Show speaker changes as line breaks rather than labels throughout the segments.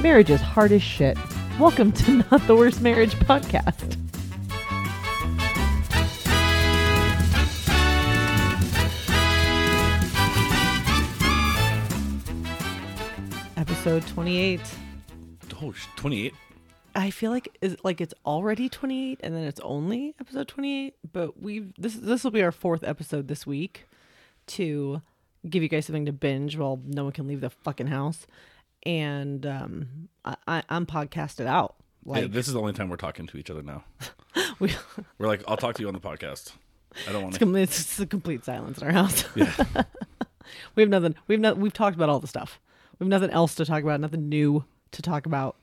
Marriage is hard as shit. Welcome to Not the Worst Marriage podcast. Episode 28.
Oh, sh- 28.
I feel like is like it's already 28 and then it's only episode 28, but we've this this will be our fourth episode this week to give you guys something to binge while no one can leave the fucking house. And um I, I I'm podcasted out.
Yeah,
Like
this is the only time we're talking to each other now.
we
We're like, I'll talk to you on the podcast. I don't want
It's,
to.
com- it's just a complete silence in our house. we have nothing. We've not. We've talked about all the stuff. We have nothing else to talk about. Nothing new to talk about.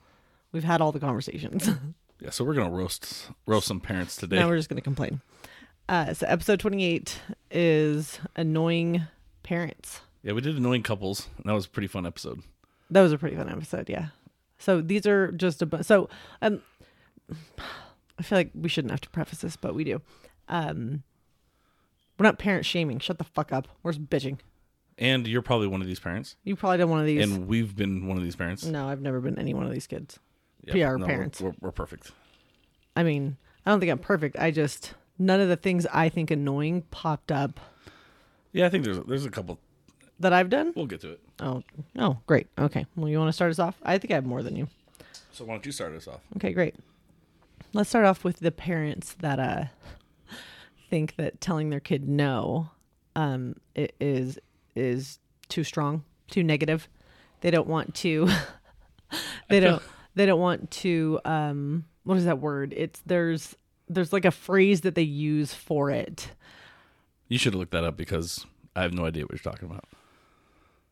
We've had all the conversations.
Yeah, so we're gonna roast roast some parents today.
now we're just going to complain. Uh, so episode twenty-eight is annoying parents.
yeah, we did annoying couples, and that was a pretty fun episode.
That was a pretty fun episode. Yeah. So these are just a bu- so um, I feel like we shouldn't have to preface this, but we do. Um, we're not parent shaming. Shut the fuck up. We're just bitching.
And you're probably one of these parents,
You probably done one of these.
and we've been one of these parents.
No, I've never been any one of these kids.
Yeah,
PR
we're-
parents.
We're, we're perfect.
I mean, I don't think I'm perfect. I just none of the things I think annoying popped up
Yeah, I think there's there's a couple.
that I've done.
We'll get to it.
Oh, oh, great. Okay. Well, you want to start us off? I think I have more than you.
So why don't you start us off?
Okay, great. Let's start off with the parents that uh think that telling their kid no um i- is is too strong, too negative. They don't want to they don't they don't want to um what is that word? It's there's there's like a phrase that they use for it.
You should have looked that up because I have no idea what you're talking about.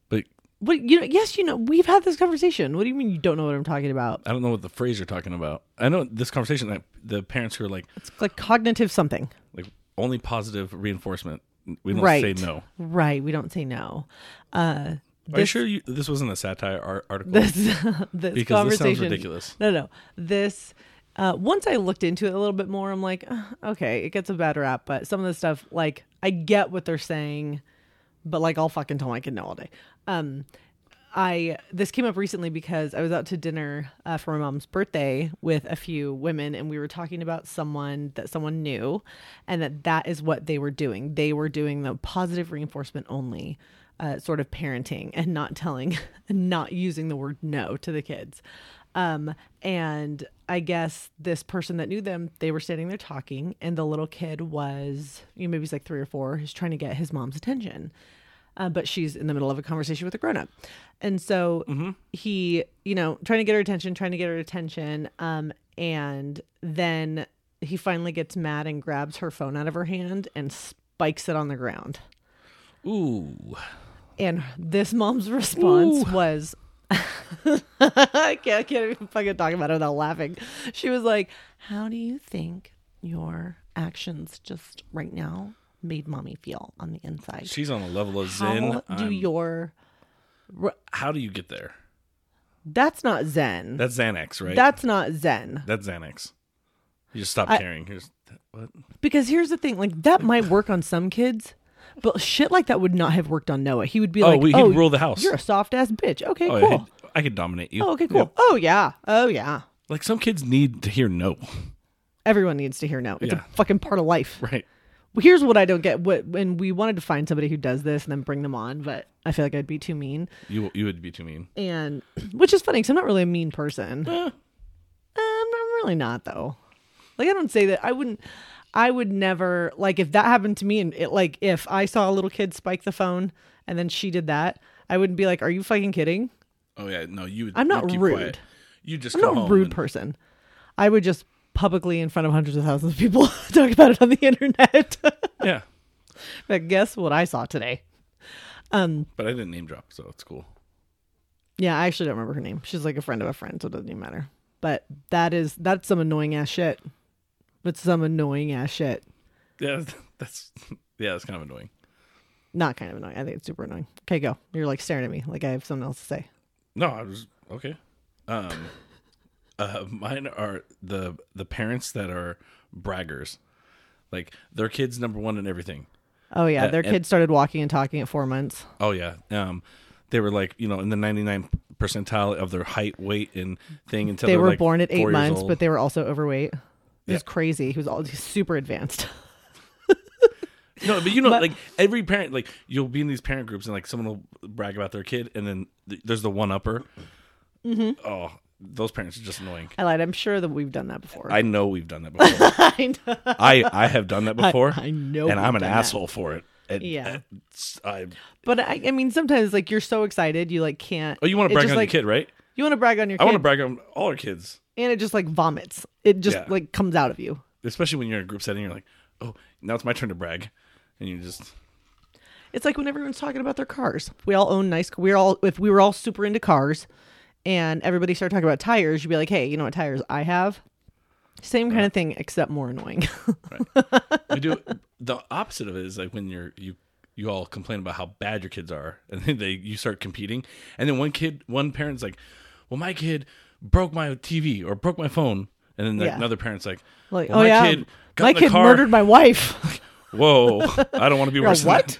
But
But you know, yes, you know, we've had this conversation. What do you mean you don't know what I'm talking about?
I don't know what the phrase you're talking about. I know this conversation that the parents who are like
It's like cognitive something.
like only positive reinforcement. We don't
Right.
say no.
Right, we don't say no. Uh
Are you sure you, this wasn't a satire ar- article?
this this
Because this sounds
conversation
ridiculous.
No, no, this. Uh, once I looked into it a little bit more, I'm like, "Ugh, okay, it gets a bad rap, but some of the stuff, like, I get what they're saying, but like, I'll fucking tell my kid no all day. Um, I this came up recently because I was out to dinner uh, for my mom's birthday with a few women, and we were talking about someone that someone knew, and that that is what they were doing. They were doing the positive reinforcement only uh, sort of parenting, and not telling, and not using the word no to the kids. Um, and I guess this person that knew them, they were standing there talking, and the little kid was, you know, maybe he's like three or four, he's trying to get his mom's attention uh, but she's in the middle of a conversation with a grown up. And so he, you know, trying to get her attention, trying to get her attention. Um, and then he finally gets mad and grabs her phone out of her hand and spikes it on the ground.
Ooh.
And this mom's response was, I, can't, I can't even fucking talk about it without laughing. She was like, How do you think your actions just right now made mommy feel on the inside?
She's on a level of
How
zen.
do
I'm-
your
how do you get there?
That's not Zen.
That's Xanax, right?
That's not Zen.
That's Xanax. You just stop caring. Here's what?
Because here's the thing, like that might work on some kids, but shit like that would not have worked on Noah. He would be
Oh,
like,
we
"Oh,
can rule the house.
you're a soft ass bitch." Okay,
Oh,
cool.
I, could, I could dominate you.
Oh, okay, cool.
Yeah.
Oh yeah. Oh yeah.
Like some kids need to hear no,
Everyone needs to hear no. It's
Yeah.
a fucking part of life.
right?
Here's what I don't get. What and we wanted to find somebody who does this and then bring them on, but I feel like I'd be too mean.
You you would be too mean.
And which is funny because I'm not really a mean person. Um, I'm really not though. Like I don't say that. I wouldn't. I would never like if that happened to me and it like if I saw a little kid spike the phone and then she did that, I wouldn't be like, "Are you fucking kidding?"
Oh yeah, no, you. Would,
I'm not
you'd keep
rude.
Quiet. You just
I'm
come
not a
home
rude
and-
person. I would just publicly in front of hundreds of thousands of people talk about it on the internet.
yeah,
but guess what I saw today? Um,
but I didn't name drop, so it's cool.
Yeah, I actually don't remember her name. She's like a friend of a friend, so it doesn't even matter. But that is that's some annoying ass shit. That's some annoying ass shit.
Yeah, that's yeah, that's kind of annoying.
Not kind of annoying. I think it's super annoying. Okay, go. You're like staring at me like I have something else to say.
No, I was okay. Um, uh, mine are the the parents that are braggers, like their kids number one in everything.
Oh yeah,
Uh,
their
and-
kid started walking and talking at four months.
Oh yeah, um, they were like you know in the ninety nine percentile of their height, weight, and thing until
they
they're,
were
like,
born at
four
eight
years
months,
old.
but they were also overweight. It was
Yeah.
crazy. He was all he's super advanced.
No, but you know, like every parent, like you'll be in these parent groups, and like someone will brag about their kid, and then th- there's the one upper.
Mm-hmm.
Oh, those parents are just annoying.
I lied. I'm sure that we've done that before.
I know we've done that before.
I know.
I I have done that before.
I know
and I'm
we've
an
done that.
asshole for it. And,
Yeah.
and it's- I,
But I, I mean, sometimes like you're so excited, you like can't.
oh, you want
it
to brag
just,
on
like,
your kid, right?
You want to brag on your
I
kid,
want to brag on all our kids,
and it just like vomits. It just
Yeah.
like comes out of you.
especially when you're in a group setting. You're like, oh, now it's my turn to brag, and you just
It's like when everyone's talking about their cars. We all own nice. We're all if we were all super into cars, and everybody started talking about tires, you'd be like, "Hey, you know what tires I have?" Same kind of thing, except more annoying.
you do the opposite of it is like when you're you you all complain about how bad your kids are, and then they you start competing, and then one kid one parent's like, well, my kid broke my TV or broke my phone, and then like,
Yeah.
another parent's like,
like,
well,
oh
my
yeah,
kid got
my
in the
kid
car.
murdered my wife.
Whoa, I don't want to be
You're
worse.
like,
than
what?
that."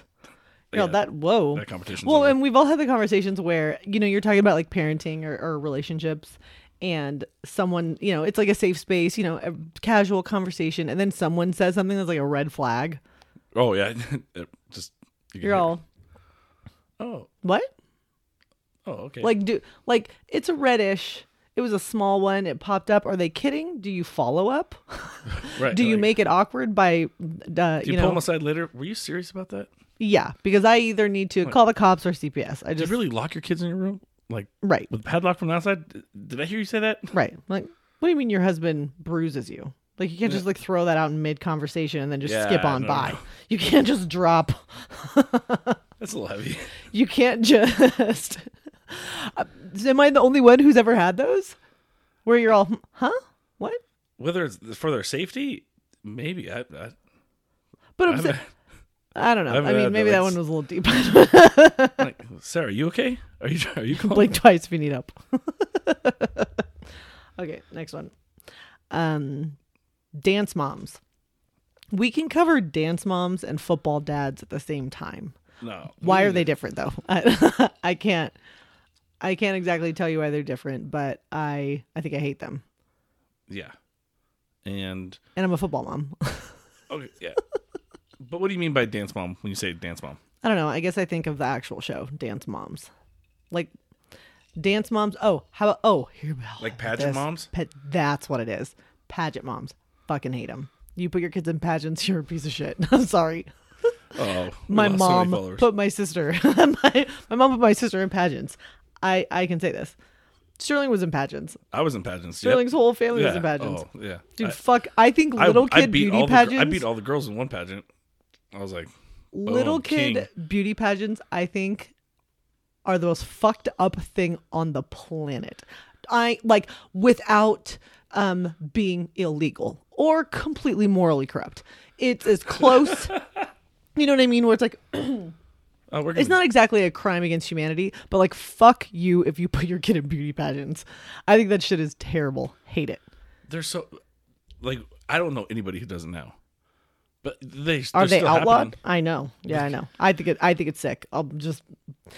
You know,
Yeah.
that whoa.
that competition's
Well,
over.
and we've all had the conversations where you know you're talking about like parenting or, or relationships, and someone you know it's like a safe space, you know, a casual conversation, and then someone says something that's like a red flag.
Oh yeah, It just you can
You're
hear-
all
oh
what?
oh okay.
Like do like it's a reddish. It was a small one. It popped up. Are they kidding? Do you follow up?
right,
Do you
like,
make it awkward by, uh,
do
you,
you,
know,
pull them aside later? Were you serious about that?
yeah? Because I either need to call the cops or CPS. I
Did
just
you really lock your kids in your room? Like
right,
with padlock from the outside? D- Did I hear you say that?
right. Like, what do you mean your husband bruises you? Like you can't just like throw that out in mid conversation and then just
Yeah,
skip on
no,
by.
no.
You can't just drop.
That's a little heavy.
You can't just. Uh, Am I the only one who's ever had those? Where you're all, "Hmm, huh? What?
Whether it's for their safety, maybe. I, I,
But I'm
I'm
sa- I don't know.
I
I,
haven't
mean,
had
maybe
that.
that one was a little deep.
like, Sarah, you okay? Are you are you calling?
Blink twice if you need help. okay, next one. Um, dance moms. We can cover dance moms and football dads at the same time.
no.
Why are they different though? I, I can't. I can't exactly tell you why they're different, but I I think I hate them,
Yeah. And
and I'm a football mom.
okay, yeah. but what do you mean by dance mom when you say dance mom?
I don't know. I guess I think of the actual show, Dance Moms, like Dance Moms. Oh, how about oh here we
Like pageant
this.
moms?
Pa- that's what it is. Pageant moms. Fucking hate them. You put your kids in pageants, you're a piece of shit. I'm sorry.
Oh, we
My
lost so many
mom
followers.
put my sister, my, my mom put my sister in pageants. I, I can say this. Sterling was in pageants.
I was in pageants. yep.
Sterling's whole family
yeah.
was in pageants.
Oh, yeah.
Dude,
I-
fuck. I think
I-
little
I
kid
beat
beauty
all the gir-
pageants.
I beat all the girls in one pageant. I was like,
little
Oh,
kid beauty pageants i think are the most fucked up thing on the planet i like without um being illegal or completely morally corrupt it's as close you know what i mean where it's like
oh, we're
it's
gonna-
not exactly a crime against humanity but like fuck you if you put your kid in beauty pageants i think that shit is terrible hate it
They're so like I don't know anybody who doesn't now, but they
are
they're
they
still
outlawed
happening.
i know yeah i know i think it i think it's sick i'll just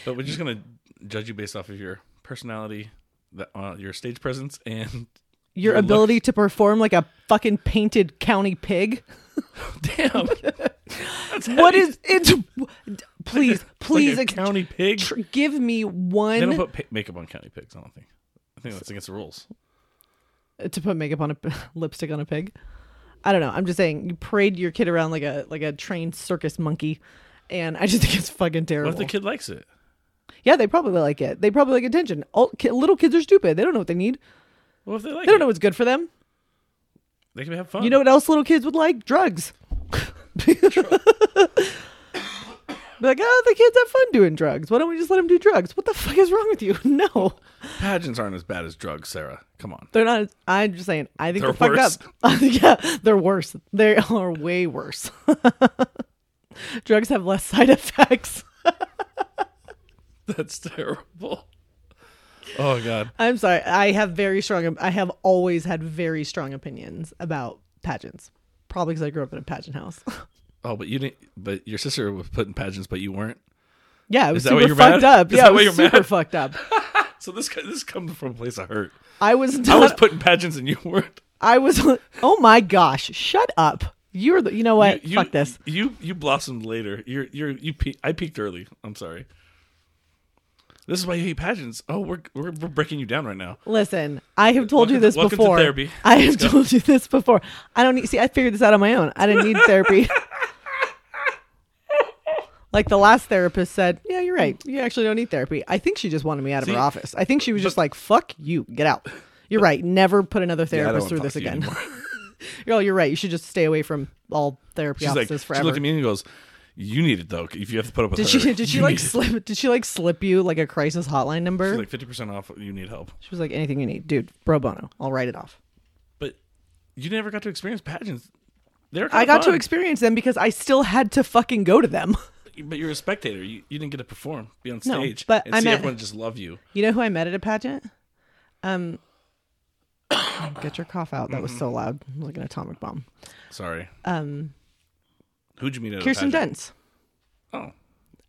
But we're just gonna judge you based off of your personality, that uh, your stage presence, and
your
Your looks.
ability to perform like a fucking painted county pig.
damn,
What is it's? Please, please,
like a
ex-
county pig.
tr- give me
They don't
one
put pa- makeup on county pigs. I don't think. I think that's against the rules.
to put makeup on a p- lipstick on a pig. I don't know. I'm just saying, you parade your kid around like a like a trained circus monkey, and I just think it's fucking
What
terrible.
if the kid likes it?
yeah, they probably like it. They probably like attention. All, ki- little kids are stupid. They don't know what they need.
What if they like
They don't
it?
know what's good for them.
They can have fun.
You know what else little kids would like? Drugs. Be like, oh, the kids have fun doing drugs. Why don't we just let them do drugs? What the fuck is wrong with you? No,
pageants aren't as bad as drugs, Sarah. Come on.
they're not. I'm just saying. I think
They're
they're, fucked up. yeah, they're worse. They are way worse. drugs have less side effects.
That's terrible. Oh God.
I'm sorry. I have very strong. I have always had very strong opinions about pageants. Probably because I grew up in a pageant house.
Oh, but you didn't. But your sister was put in pageants, but you weren't.
Yeah, it was
that
super
what you're
fucked
mad?
up.
Is
yeah,
that
it
what
was
you're
super
mad?
fucked up.
So this guy, this comes from a place of hurt.
I was
I
not,
was putting pageants in your word.
I was oh my gosh, shut up. You're the you know what? Fuck this.
You you blossomed later. You're you're you. Pe- I peaked early. I'm sorry. This is why you hate pageants. Oh, we're we're, we're breaking you down right now.
Listen, I have told you
Welcome to-
this
welcome to
before.
therapy.
I have told you this before. I don't need see I figured this out on my own. I didn't need therapy. Like the last therapist said, yeah, you're right. You actually don't need therapy. I think she just wanted me out of
See,
her office. I think she was just like, "Fuck you, get out." You're right. Never put another
I don't
therapist
wanna
through
talk
this
to you
again.
anymore.
Oh, you're right. You should just stay away from all therapy
She's like,
offices
she
forever.
looked at me and goes, "You need it though. If you have to put up with
Did
her,
she did she
you
like
need it."
slip did she like slip you like a crisis hotline number?
She's like fifty percent off. You need help."
she was like anything you need, dude. Pro bono. I'll write it off.
But you never got to experience pageants. They're
I got to
experience,
experience them because I still had to fucking go to them.
but you're a spectator. You, you didn't get to perform, be on
No,
stage,
but
and
I
see
meant-
everyone just love you.
You know who I met at a pageant? Um Get your cough out. That was
Mm-hmm.
so loud. I'm like an atomic bomb.
Sorry,
Um
who'd you meet at
Kirsten
a pageant?
Dunst.
Oh,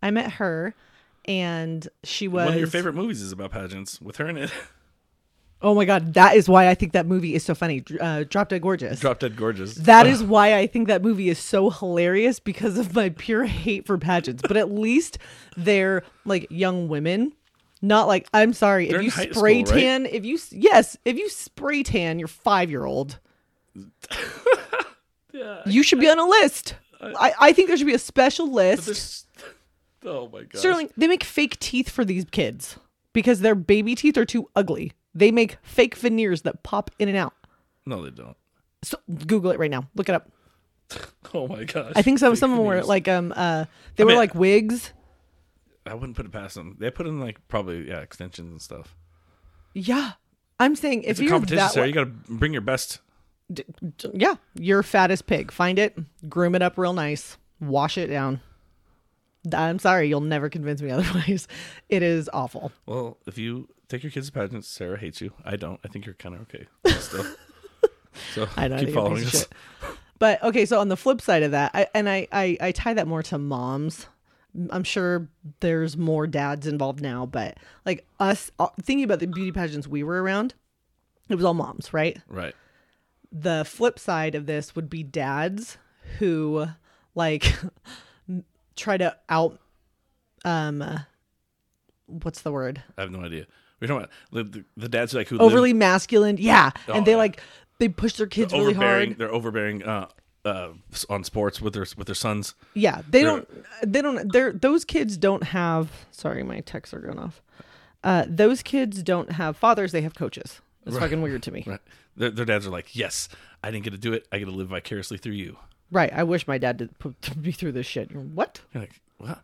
I met her and she was
one of your favorite movies is about pageants with her in it.
Oh my god, that is why I think that movie is so funny. Dr- Uh, Drop Dead Gorgeous.
Drop Dead Gorgeous.
That is why I think that movie is so hilarious because of my pure hate for pageants. But at least they're like young women, not like I'm sorry
They're
if
in
you
high
spray
school, right?
tan. If you yes, if you spray tan, you're five year old. you should be on a list. I, I think there should be a special list.
This- oh my god.
Sterling, they make fake teeth for these kids because their baby teeth are too ugly. They make fake veneers that pop in and out.
No, they don't.
So Google it right now. Look it up.
Oh my gosh.
I think some
Fake
some of them were
news.
like um uh they were
mean-
like wigs.
I wouldn't put it past them. They put in like probably yeah extensions and stuff.
Yeah, I'm saying if
It's a
you're
competition,
that
Sarah.
way,
You got to bring your best.
d- d- yeah, you're fat as pig. Find it, groom it up real nice, wash it down. I'm sorry, you'll never convince me otherwise. It is awful.
Well, if you take your kids to pageants, Sarah hates you. I don't. I think you're kind of okay still. so
I know
keep
you're a
following
piece
us.
of shit. But okay, so on the flip side of that, I, and I, I I tie that more to moms. I'm sure there's more dads involved now, but like us uh, thinking about the beauty pageants we were around, it was all moms, right?
Right.
the flip side of this would be dads who like try to out um uh, what's the word
I have no idea. We're talking about the, the, the dads like who
overly masculine yeah
Oh,
and they
yeah.
like they push their kids
live
really
overbearing.
hard
they're overbearing uh, uh, s- on sports with their with their sons.
yeah they
they're-
don't they don't they're those kids don't have sorry my texts are going off uh those kids don't have fathers they have coaches it's fucking weird to me
Right. Their, their dads are like, yes, I didn't get to do it. I get to live vicariously through you.
right i wish my dad did put me through this shit what
You're like, what?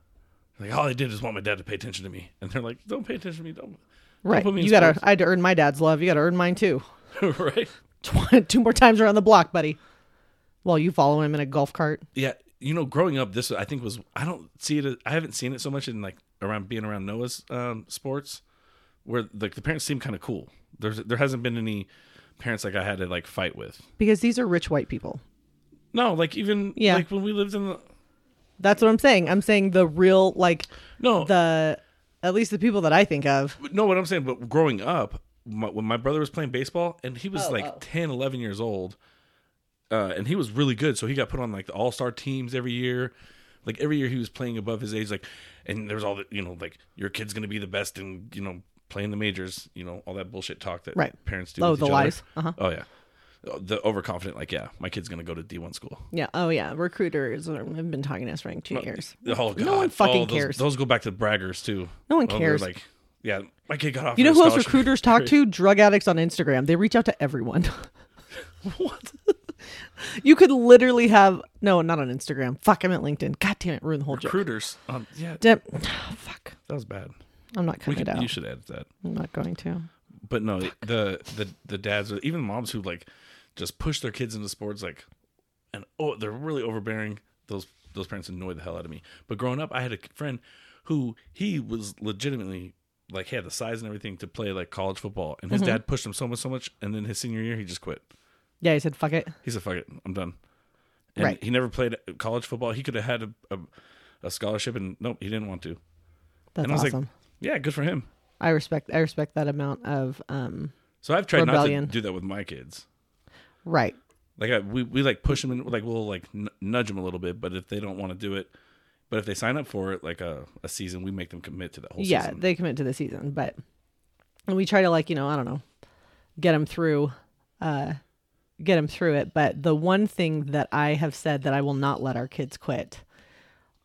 Like all I did is want my dad to pay attention to me, and they're like, don't pay attention to me. Don't.
right
put me in
you gotta i had to earn my dad's love you gotta earn mine too
sports." right.
tw- two more times around the block, buddy. While you follow him in a golf cart.
Yeah. You know, growing up, this I think was I don't see it. as- I haven't seen it so much in like around being around Noah's um, sports, where like the parents seem kind of cool. There's there hasn't been any parents like I had to like fight with.
Because these are rich white people.
No, like even
Yeah.
like when we lived in the
That's what I'm saying. I'm saying the real, like,
no
the, at least the people that I think of.
no what i'm saying but growing up my, when my brother was playing baseball and he was
Oh,
like
oh.
10 11 years old uh, and he was really good so he got put on like the all-star teams every year like every year he was playing above his age like and there was all the you know like your kid's gonna be the best in you know playing the majors you know all that bullshit talk that
Right.
parents do
Oh,
with
the
each other.
lies. Uh huh.
oh yeah the overconfident like yeah my kid's gonna go to d1 school
Yeah. Oh, yeah. Recruiters are- have been talking to us for like two years.
oh god
No one fucking
Oh, those-
cares.
those go back to braggers too
No one
Oh, they're
cares.
like yeah my kid got off
You know
on a
who else
scholarship.
recruiters talk to? Drug addicts on Instagram. They reach out to everyone.
what
you could literally have, no, not on Instagram. Fuck, I meant LinkedIn. God damn it. Ruin the whole joke.
recruiters. Um, yeah,
Damn- Fuck.
that was bad.
I'm not cutting
We could,
it out.
you should edit that.
I'm not going to.
But no, the the the dads, or even moms who like just push their kids into sports, like, and oh, they're really overbearing. Those those parents annoy the hell out of me. But growing up, I had a friend who he was legitimately like he had the size and everything to play like college football, and his
Mm-hmm.
dad pushed him so much, so much, and then his senior year he just quit.
Yeah, he said, fuck it.
He said, "Fuck it, I'm done." And
Right.
He never played college football. He could have had a, a a scholarship, and nope, he didn't want to.
That's
and I was
awesome.
like, yeah, good for him.
I respect I respect that amount of um
So I've tried
Rebellion.
not to do that with my kids.
right.
Like I, we we like push them in, like we'll like n- nudge them a little bit, but if they don't want to do it, but if they sign up for it, like a, a season, we make them commit to that whole
Yeah,
season.
they commit to the season, but and we try to like, you know, I don't know, get them through uh get them through it, but the one thing that I have said that I will not let our kids quit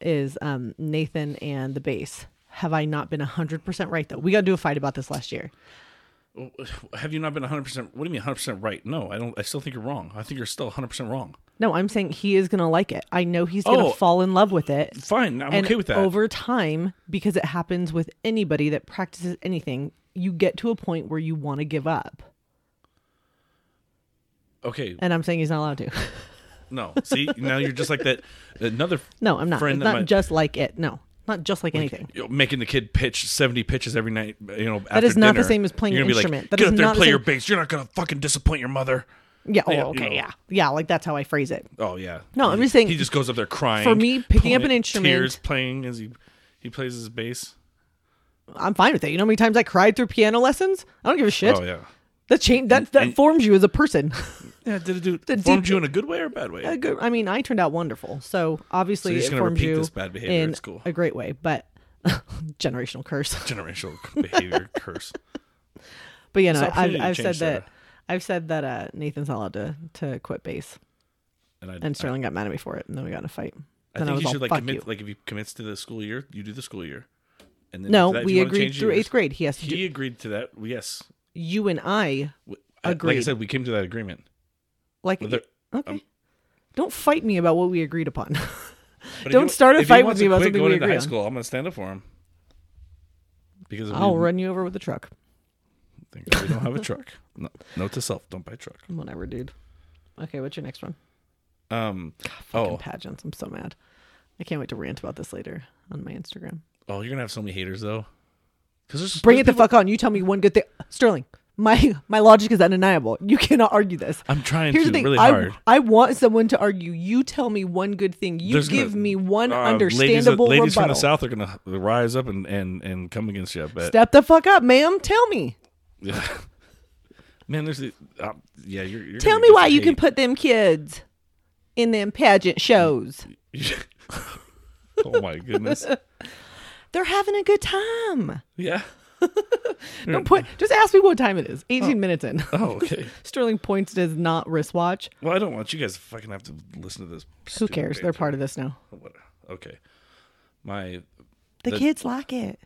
is um Nathan and the bass. Have I not been 100% right though? We got to do a fight about this last year.
Have you not been 100? percent What do you mean 100 percent right? No, I don't. I still think you're wrong. I think you're still 100 percent wrong.
No, I'm saying he is going to like it. I know he's going to
Oh.
fall in love with it.
Fine, I'm
and
okay with that.
over time because it happens with anybody that practices anything you get to a point where you want to give up
okay,
and i'm saying he's not allowed to
no. See, now you're just like that. Another
no i'm not
Friend
it's
that
not
might-
just like it no not just like anything
you know, making the kid pitch 70 pitches every night you know after
is not the
dinner.
same as playing
You're
an
gonna be like,
instrument. That
get
is
up there
not
and
the
play
same-
your bass you're not gonna fucking disappoint your mother
yeah oh
Yeah, you
okay
know.
yeah yeah like that's how i phrase it
oh yeah
No, I'm
He-
just saying-
he just goes up there crying
For me, picking up
playing-
an instrument-
tears playing as he he plays his bass
i'm fine with it you know how many times i cried through piano lessons i don't give a shit
oh yeah
that change that that
and-
forms you as a person
yeah did it do
The
formed
deep-
you in a good way or a bad way
a good- I mean, I turned out wonderful. So obviously,
you're just
it
gonna
formed
repeat
you
this bad behavior
in
at school.
a great way, but generational curse.
generational behavior curse
But yeah, no,
There's
I've,
opportunity to
I've said
change
that.
that.
I've said that uh, Nathan's not allowed to, to quit bass,
and I,
and Sterling got mad at me for it, and then we got in a fight.
Uh, I
then
think
I was
you
all,
should like
"Fuck
commit
you."
like if he commits to the school year you do the school year and then
No,
after that, if you
we
wanna
agreed
change
through
years-
eighth grade. He has to.
he
Do,
agreed to that yes
you and I,
W- I- like
Agreed.
I said we came to that agreement
like,
Whether-
okay,
um,
don't fight me about what we agreed upon.
But if
Don't
he-
start a
if he
fight
wants
with me
to
about
quit
something
going
we
into
agree
high
on.
school, I'm gonna stand up for him because if
I'll
we,
run you over with a truck.
think that we don't have a truck. No, note to self: don't buy a truck.
Whatever, dude. Okay, what's your next one?
Um,
Fucking
oh,
pageants. I'm so mad. I can't wait to rant about this later on my Instagram.
oh, you're gonna have so many haters though. Because there's
Bring it
there's
the fuck on. You tell me one good thing, Sterling. My my logic is undeniable. You cannot argue this.
I'm trying
Here's
to
the thing.
really
I,
hard.
I want someone to argue. You tell me one good thing. You
There's gonna-
give me one
Uh,
understandable
ladies, ladies from
rebuttal.
the south are gonna rise up and and and come against you. I bet.
Step the fuck up, ma'am. Tell me.
Yeah. Man, there's the, uh, yeah. You're, you're
Tell
gonna
me
get
why
the
you can
hate.
put them kids in them pageant shows.
oh my goodness.
They're having a good time.
Yeah. Mm.
Don't put. Just ask me what time it is. 18 minutes in.
Oh, okay.
Sterling points does not wristwatch.
Well, I don't want you guys to fucking have to listen to this.
Who cares? They're part of this now.
What? Okay. My
The,
The-
kids like it.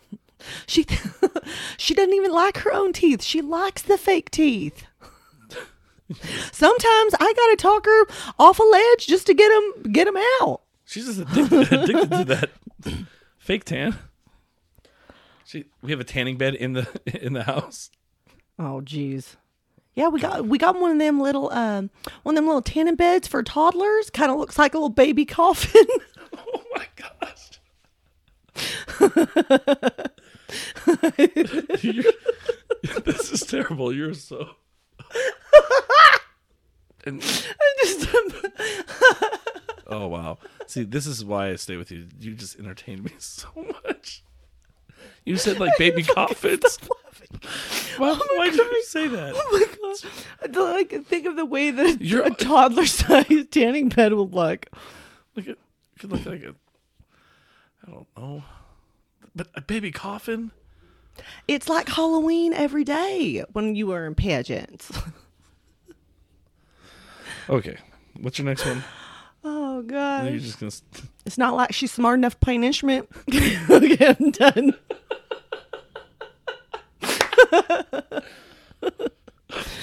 she she doesn't even like her own teeth. She likes the fake teeth. Sometimes I gotta talk her off a ledge just to get them get 'em out.
she's just addicted, addicted to that fake tan. She, we have a tanning bed in the in the house.
Oh jeez. Yeah, we got we got one of them little um one of them little tanning beds for toddlers. Kind of looks like a little baby coffin.
Oh my gosh. You're- this is terrible. You're so. And,
I just
oh wow. See, this is why I stay with you. You just entertained me so much. You said like baby coffins. Why, why did you say that?
Oh my god! I can think of the way that
You're-
a toddler-sized tanning bed would look.
Like it could look like a. I don't know, but a baby coffin.
It's like Halloween every day when you were in pageants.
Okay, what's your next one?
Oh
Now You're
gosh!
just gonna. s-
It's not like she's smart enough to play an instrument. okay, I'm done.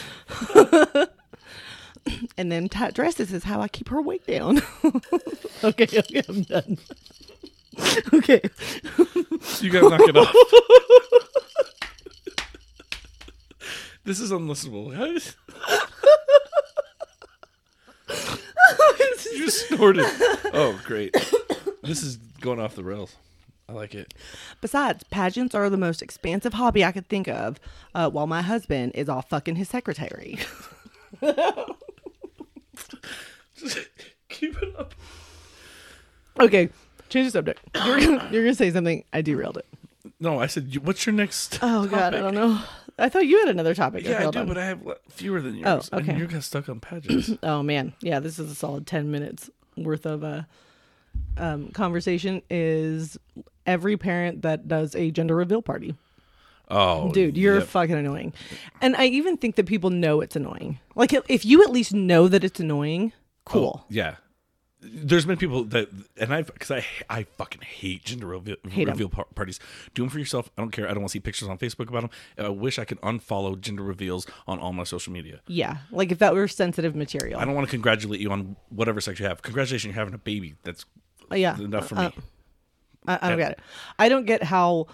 and them tight dresses is how I keep her weight down. okay, okay, I'm done. okay.
You gotta knock it off. this is unlistenable. How did- you snorted. Oh, great. This is going off the rails. I like it.
Besides, pageants are the most expansive hobby I could think of, uh, while my husband is off fucking his secretary.
Just keep it up.
Okay, change the subject. You're gonna, you're gonna say something. I derailed it.
No, I said, you- what's your next?
Oh God, I don't know. I thought you had another topic. Okay,
Yeah, I
hold
do,
on.
but I have le- fewer than yours.
Oh,
And
okay.
you got stuck on pageants.
oh man, yeah, this is a solid ten minutes worth of uh, um, conversation. Is every parent that does a gender reveal party?
oh,
Dude, you're
yep.
fucking annoying. And I even think that people know it's annoying. Like if- if you at least know that it's annoying, cool.
Yeah. There's been people that, and I've, because I, I fucking hate gender reveal,
Hate 'em.
reveal par- parties. Do them for yourself. I don't care. I don't want to see pictures on Facebook about them. I wish I could unfollow gender reveals on all my social media.
Yeah, like if that were sensitive material.
I don't want to congratulate you on whatever sex you have. Congratulations, you're having a baby. That's
yeah,
enough for
Uh,
me.
I, I don't
Yeah.
get it. I don't get how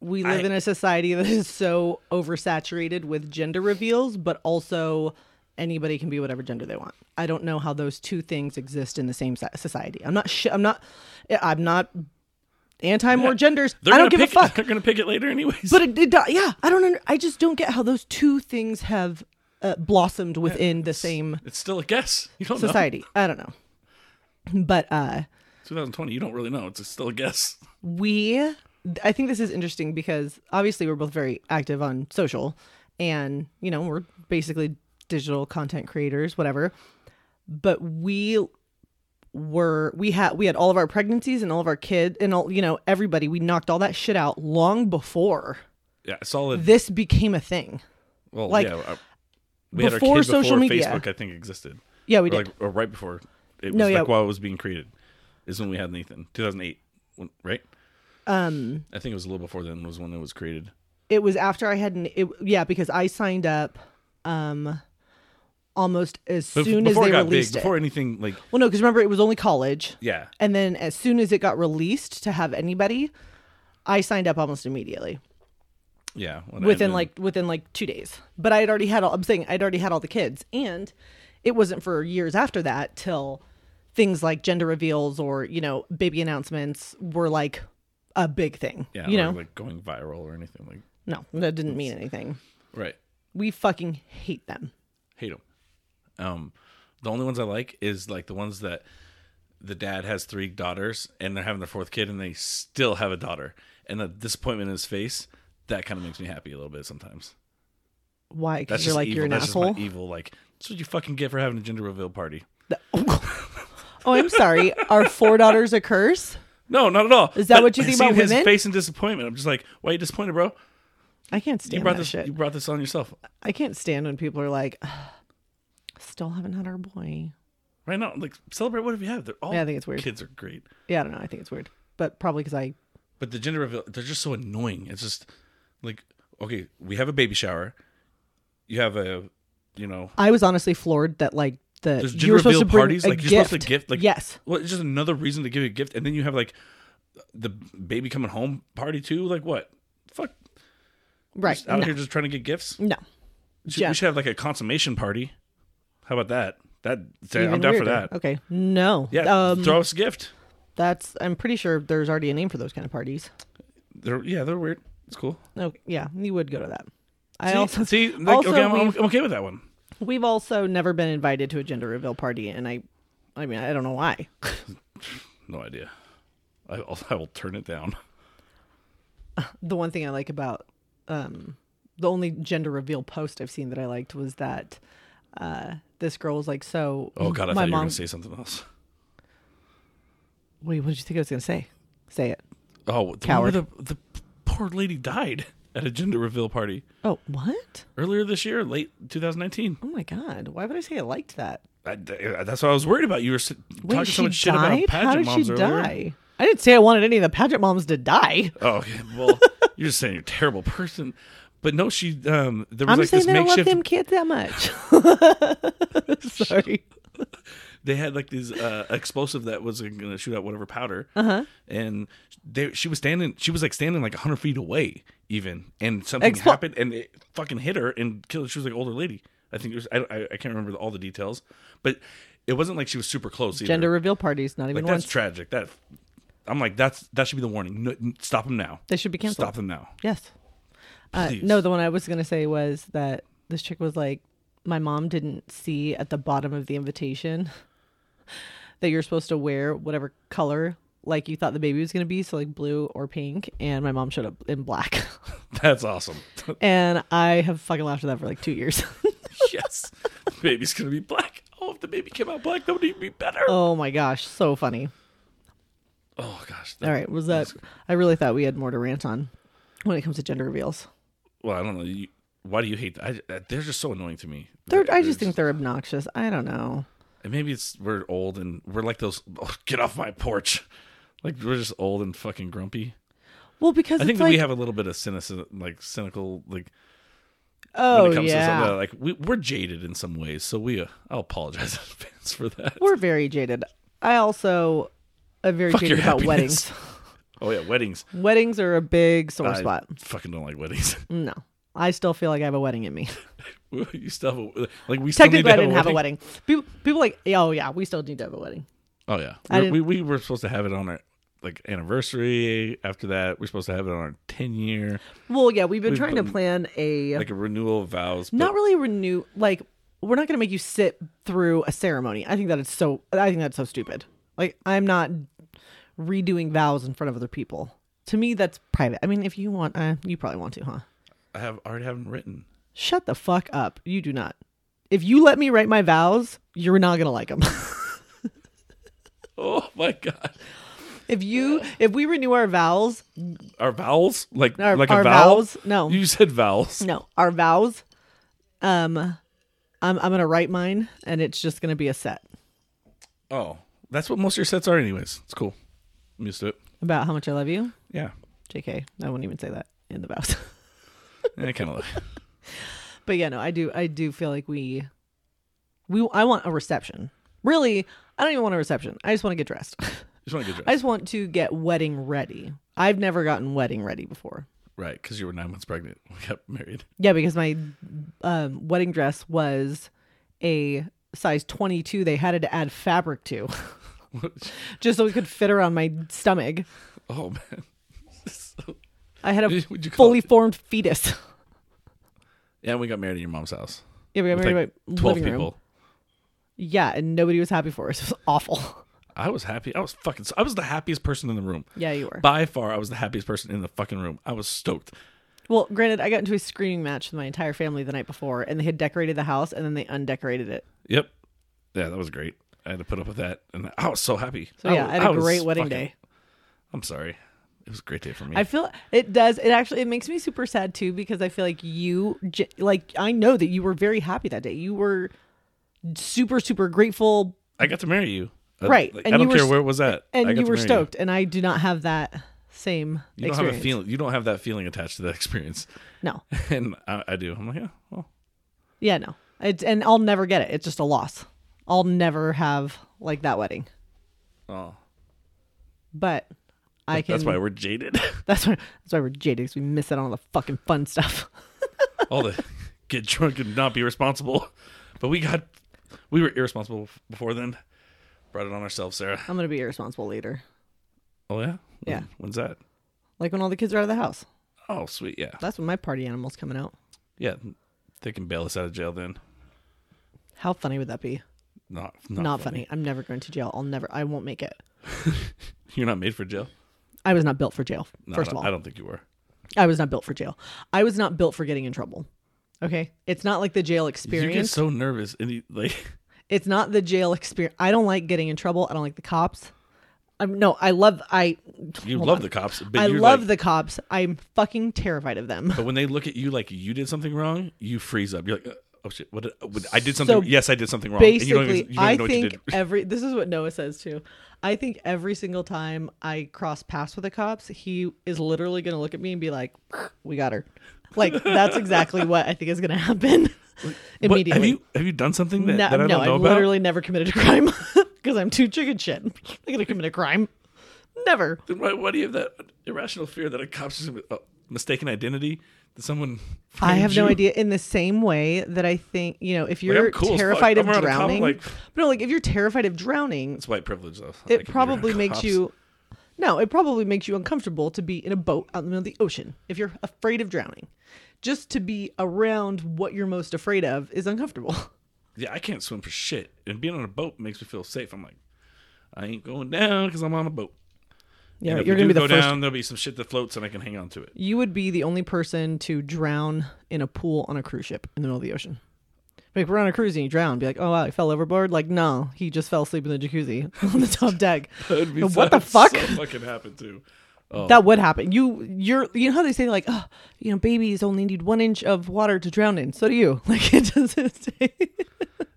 we live
I-
in a society that is so oversaturated with gender reveals, but also anybody can be whatever gender they want. I don't know how those two things exist in the same so- society. I'm not. Sh- I'm not. I'm not anti more genders.
They're
I don't
gonna
give a
pick-
fuck.
They're going to pick it later, anyways.
But it did. Yeah, I don't. Under, I just don't get how those two things have uh, blossomed within the same
it's still a guess. You don't know.
society. I don't know. But uh
2020, you don't really know. It's still a guess.
we i think this is interesting because obviously we're both very active on social and you know we're basically digital content creators whatever but we were we had we had all of our pregnancies and all of our kids and all you know everybody we knocked all that shit out long before
Yeah, solid.
this became a thing
Well,
like,
yeah. uh, we had our
before
kid
social
before
media-
Facebook, I think, existed.
yeah we
or
did
like or right before it was
No, yeah.
like while it was being created is when we had Nathan 2008 when- right um I think it was a little before then was when it was created
it was after i had an it, yeah because i signed up um almost as
Bef-
soon as
before
they
it got
released
big
it
before anything like
well no because remember it was only college
yeah
And then as soon as it got released to have anybody, I signed up almost immediately
yeah when I-
within
and-
like within like two days. But I had already had all I'm saying I'd already had all the kids, and it wasn't for years after that till things like gender reveals or you know baby announcements were like a big thing.
yeah
you
or,
know,
like going viral or anything like
no, that didn't mean anything.
right
We fucking hate them.
hate them um the only ones I like is like the ones that the dad has three daughters and they're having their fourth kid and they still have a daughter and the disappointment in his face that kind of makes me happy a little bit sometimes
Why?
that's
Because you're
just
like
evil
you're an
that's
asshole.
just my evil like that's what you fucking get for having a gender reveal party e-
oh, I'm sorry. Are four daughters a curse?
No, not at all.
Is that what you think
seeing
about
his
women?
face in disappointment. I'm just like, why are you disappointed, bro?
I can't
You
stand
brought
that
this.
shit.
You brought this on yourself.
I can't stand when people are like, "Ugh, still haven't had our boy.
Right now, like celebrate whatever you have. They're all.
Yeah, I think it's weird.
Kids are great,
Yeah, I don't know. I think it's weird, but probably because I,
but the gender reveal. They're just so annoying. It's just like, okay, we have a baby shower. You have a, you know,
I was honestly floored that like the
there's
you
gender
were supposed
reveal
to bring
parties.
a
Like
gift.
you're supposed to gift. Like
yes,
Well, it's just another reason to give a gift, and then you have like the baby coming home party too. Like what? Fuck.
right.
Out
no,
here just trying to get gifts.
no.
Should-
Yeah.
We should have like a consummation party. How about that? That I'm
Even
down
weirder.
for that.
Okay, no.
Yeah,
um,
throw us a gift.
that's. I'm pretty sure there's already a name for those kind of parties.
They're yeah, they're weird. It's cool.
No, yeah, you would go to that. I
See,
also
see, like,
also
okay, I'm, I'm
we've-
I'm okay with that one.
we've also never been invited to a gender reveal party, and I, I mean, I don't know why.
No idea. I will, I will turn it down.
the one thing I like about um, the only gender reveal post I've seen that I liked was that uh, this girl was like, "So,
Oh god, I
my
thought you were
mom."
gonna say something else.
Wait, what did you think I was gonna say? Say it.
Oh, the, one where
Coward.
the the poor lady died at a gender reveal party
Oh, what?
earlier this year, late 2019.
Oh my god! Why would I say I liked that?
I, I- that's what I was worried about. You were si-
Wait,
talking
she
so much shit
died.
about pageant
How did
moms
she
earlier.
die? I didn't say I wanted any of the pageant moms to die.
Oh, okay. well, you're just saying you're a terrible person. But no, she um there was
I'm
like
saying
this
that I love
makeshift
them kids that much. Sorry.
they had like these uh, explosive that was going to shoot out whatever powder.
Uh-huh.
And they, she was standing, she was like standing like 100 feet away, even. And something
Explo-
happened and it fucking hit her and killed her. She was like an older lady. I think it was, I, I, I can't remember all the details, but it wasn't like she was super close either.
Gender reveal parties, not even
like,
once.
that's tragic. That I'm like, that's that should be the warning. No, n- stop them now.
they should be canceled.
Stop them now.
Yes. Uh,
Please.
no, the one I was gonna say was that this chick was like, my mom didn't see at the bottom of the invitation that you're supposed to wear whatever color like you thought the baby was going to be, so like blue or pink, and my mom showed up in black.
That's awesome.
and I have fucking laughed at that for like 2 years.
yes. The baby's going to be black. Oh, if the baby came out black, that would even be better. Oh,
oh my gosh, so funny.
gosh.
All right, was that I really thought we had more to rant on when it comes to gender reveals.
Well, I don't know. You, why do you hate that? I, they're just so annoying to me.
They're, I just think they're obnoxious. I don't know.
And maybe it's we're old and we're like those "Oh, get off my porch. Like we're just old and fucking grumpy.
Well, because
I
it's
think that
like,
we have a little bit of cynicism, like cynical, like
oh
when it comes
yeah,
to something that, like we, we're jaded in some ways. So we, uh, I'll apologize in advance for that.
we're very jaded. I also am very
Fuck
jaded
your
about
happiness.
weddings.
Oh yeah, weddings.
Weddings are a big sore
I
spot.
fucking don't like weddings.
No, I still feel like I have a wedding in me.
you still have a, like we still need to
Technically, I
have
didn't
a
have a wedding. People, people like, oh yeah, we still need to have a wedding.
Oh yeah,
I
we, we we were supposed to have it on our like anniversary. After that, we're supposed to have it on our ten year,
Well, yeah, we've been
We've
trying
been-
to plan a
like a renewal of vows. but-
not really renew. Like, we're not going to make you sit through a ceremony. I think that it's so. I think that's so stupid. Like, I'm not redoing vows in front of other people. To me, that's private. I mean, if you want, uh, you probably want to, huh?
I have already haven't written.
Shut the fuck up. You do not. If you let me write my vows, you're not gonna like them.
Oh my god,
if you, if we renew our vows,
our vowels like
Our-
like a
our
vowel?
vows? No.
you said vowels.
no, our vows, um, I'm I'm gonna write mine, and it's just gonna be a set
Oh, that's what most of your sets are, anyways. It's cool. I'm used to it.
about how much I love you.
Yeah,
Jk, I wouldn't even say that in the vows.
Yeah, I kind of like.
but yeah, no, I do, I do feel like we, we, I want a reception. Really, I don't even want a reception. I just want to get dressed.
Just want to get
I
dressed,
just want to get wedding ready. I've never gotten wedding ready before.
right? Because you were nine months pregnant. when We got married.
Yeah, because my um, wedding dress was a size 22. They had to add fabric to just so it could fit around my stomach.
oh man. So-
I had a
Would you call
fully
it-
formed fetus.
Yeah, we got married in your mom's house.
yeah, we got
With,
married
like,
in my
Twelve
living
people.
room. Yeah, and nobody was happy for us. It was awful.
I was happy. I was fucking. I was the happiest person in the room.
Yeah, you were.
By far, I was the happiest person in the fucking room. I was stoked.
well, granted, I got into a screaming match with my entire family the night before, and they had decorated the house, and then they undecorated it.
Yep. Yeah, that was great. I had to put up with that, and I was so happy.
So yeah, I, had
a
a great wedding day.
I'm sorry. It was a great day for me.
I feel it does. It actually it makes me super sad too because I feel like you ge- like I know that you were very happy that day. You were super super grateful
I got to marry you. I-
Right,
like,
and
I don't
you were
care
s-
where it was at. I
and
got
you
to
were
marry
stoked and I do not have that same
You, don't
experience.
have a feeling. You don't have that feeling attached to that experience,
No.
and I, I do. I'm like, yeah, well,
Yeah, no. It's and I'll never get it. It's just a loss. I'll never have like that wedding.
oh,
But I can
that's why we're jaded.
that's why that's why we're jaded 'cause we miss out on all the fucking fun stuff.
All the get drunk and not be responsible, but we got we were irresponsible before then. Brought it on ourselves, Sarah.
I'm gonna be irresponsible later.
Oh yeah,
Yeah.
When's that?
Like when all the kids are out of the house.
Oh sweet, yeah,
That's when my party animal's coming out.
yeah. They can bail us out of jail then.
How funny would that be?
Not not,
not funny. I'm never going to jail. I'll never. I won't make it.
You're not made for jail.
I was not built for jail.
No,
first
I
of
don't-
all,
I
I,
don't think you were.
was not built for jail. I was not built for getting in trouble. Okay, it's not like the jail
You get
experience.
so nervous and you, like
it's not the jail experience. I don't like getting in trouble. I don't like the cops. I'm no. I love. I.
you
hold
love
on.
the cops, but
I
you're
love
like,
the cops. I'm fucking terrified of them.
But when they look at you like you did something wrong, you freeze up. You're like, oh shit, what? Did, what I did something.
So
yes, I did something wrong. And you don't even-
basically
you don't
i
even know what you
think
did.
every this is what noah says too i think every single time i cross paths with the cops he is literally going to look at me and be like we got her like that's exactly what i think is going to happen
What-
immediately
have you have you done something that,
no,
that I
no,
don't know
I've
about?
literally never committed a crime because I'm too chicken shit. I'm going to commit a crime. Never.
Then why, why do you have that irrational fear that a cop's just gonna be, oh, mistaken identity? That someone
I
framed
have no
you?
idea. In the same way that I think, you know, if
I'm
you're
cool as fuck.
terrified of
I'm around a cop,
drowning,
like-
but no, like if you're terrified of drowning,
It's white privilege though. They can
it
be
probably
around
makes
cops.
you no it probably makes you uncomfortable to be in a boat out in the middle of the ocean if you're afraid of drowning just to be around what you're most afraid of is uncomfortable
yeah, I can't swim for shit, and being on a boat makes me feel safe. I'm like, I ain't going down because I'm on a boat.
Yeah,
And if
you're
we
gonna
do
be the
go
first.
down. There'll be some shit that floats, and I can hang on to it.
You would be the only person to drown in a pool on a cruise ship in the middle of the ocean. Like we're on a cruise and you drown, be like, oh wow, I fell overboard. Like no, he just fell asleep in the jacuzzi on the top deck.
That'd be
What
so-
the fuck?
so fucking happened too. Oh.
That would happen. You you're you know how they say like, oh, you know, babies only need one inch of water to drown in. So do you. Like it doesn't take,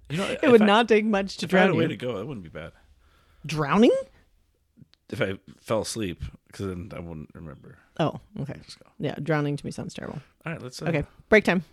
You know,
it would not take much to
If I had
drown
a
you.
way to go, that wouldn't be bad.
Drowning?
If I fell asleep, because then I wouldn't remember.
Oh, okay.
Just go.
Yeah, drowning to me sounds terrible.
All right, let's. Uh,
Okay, break time.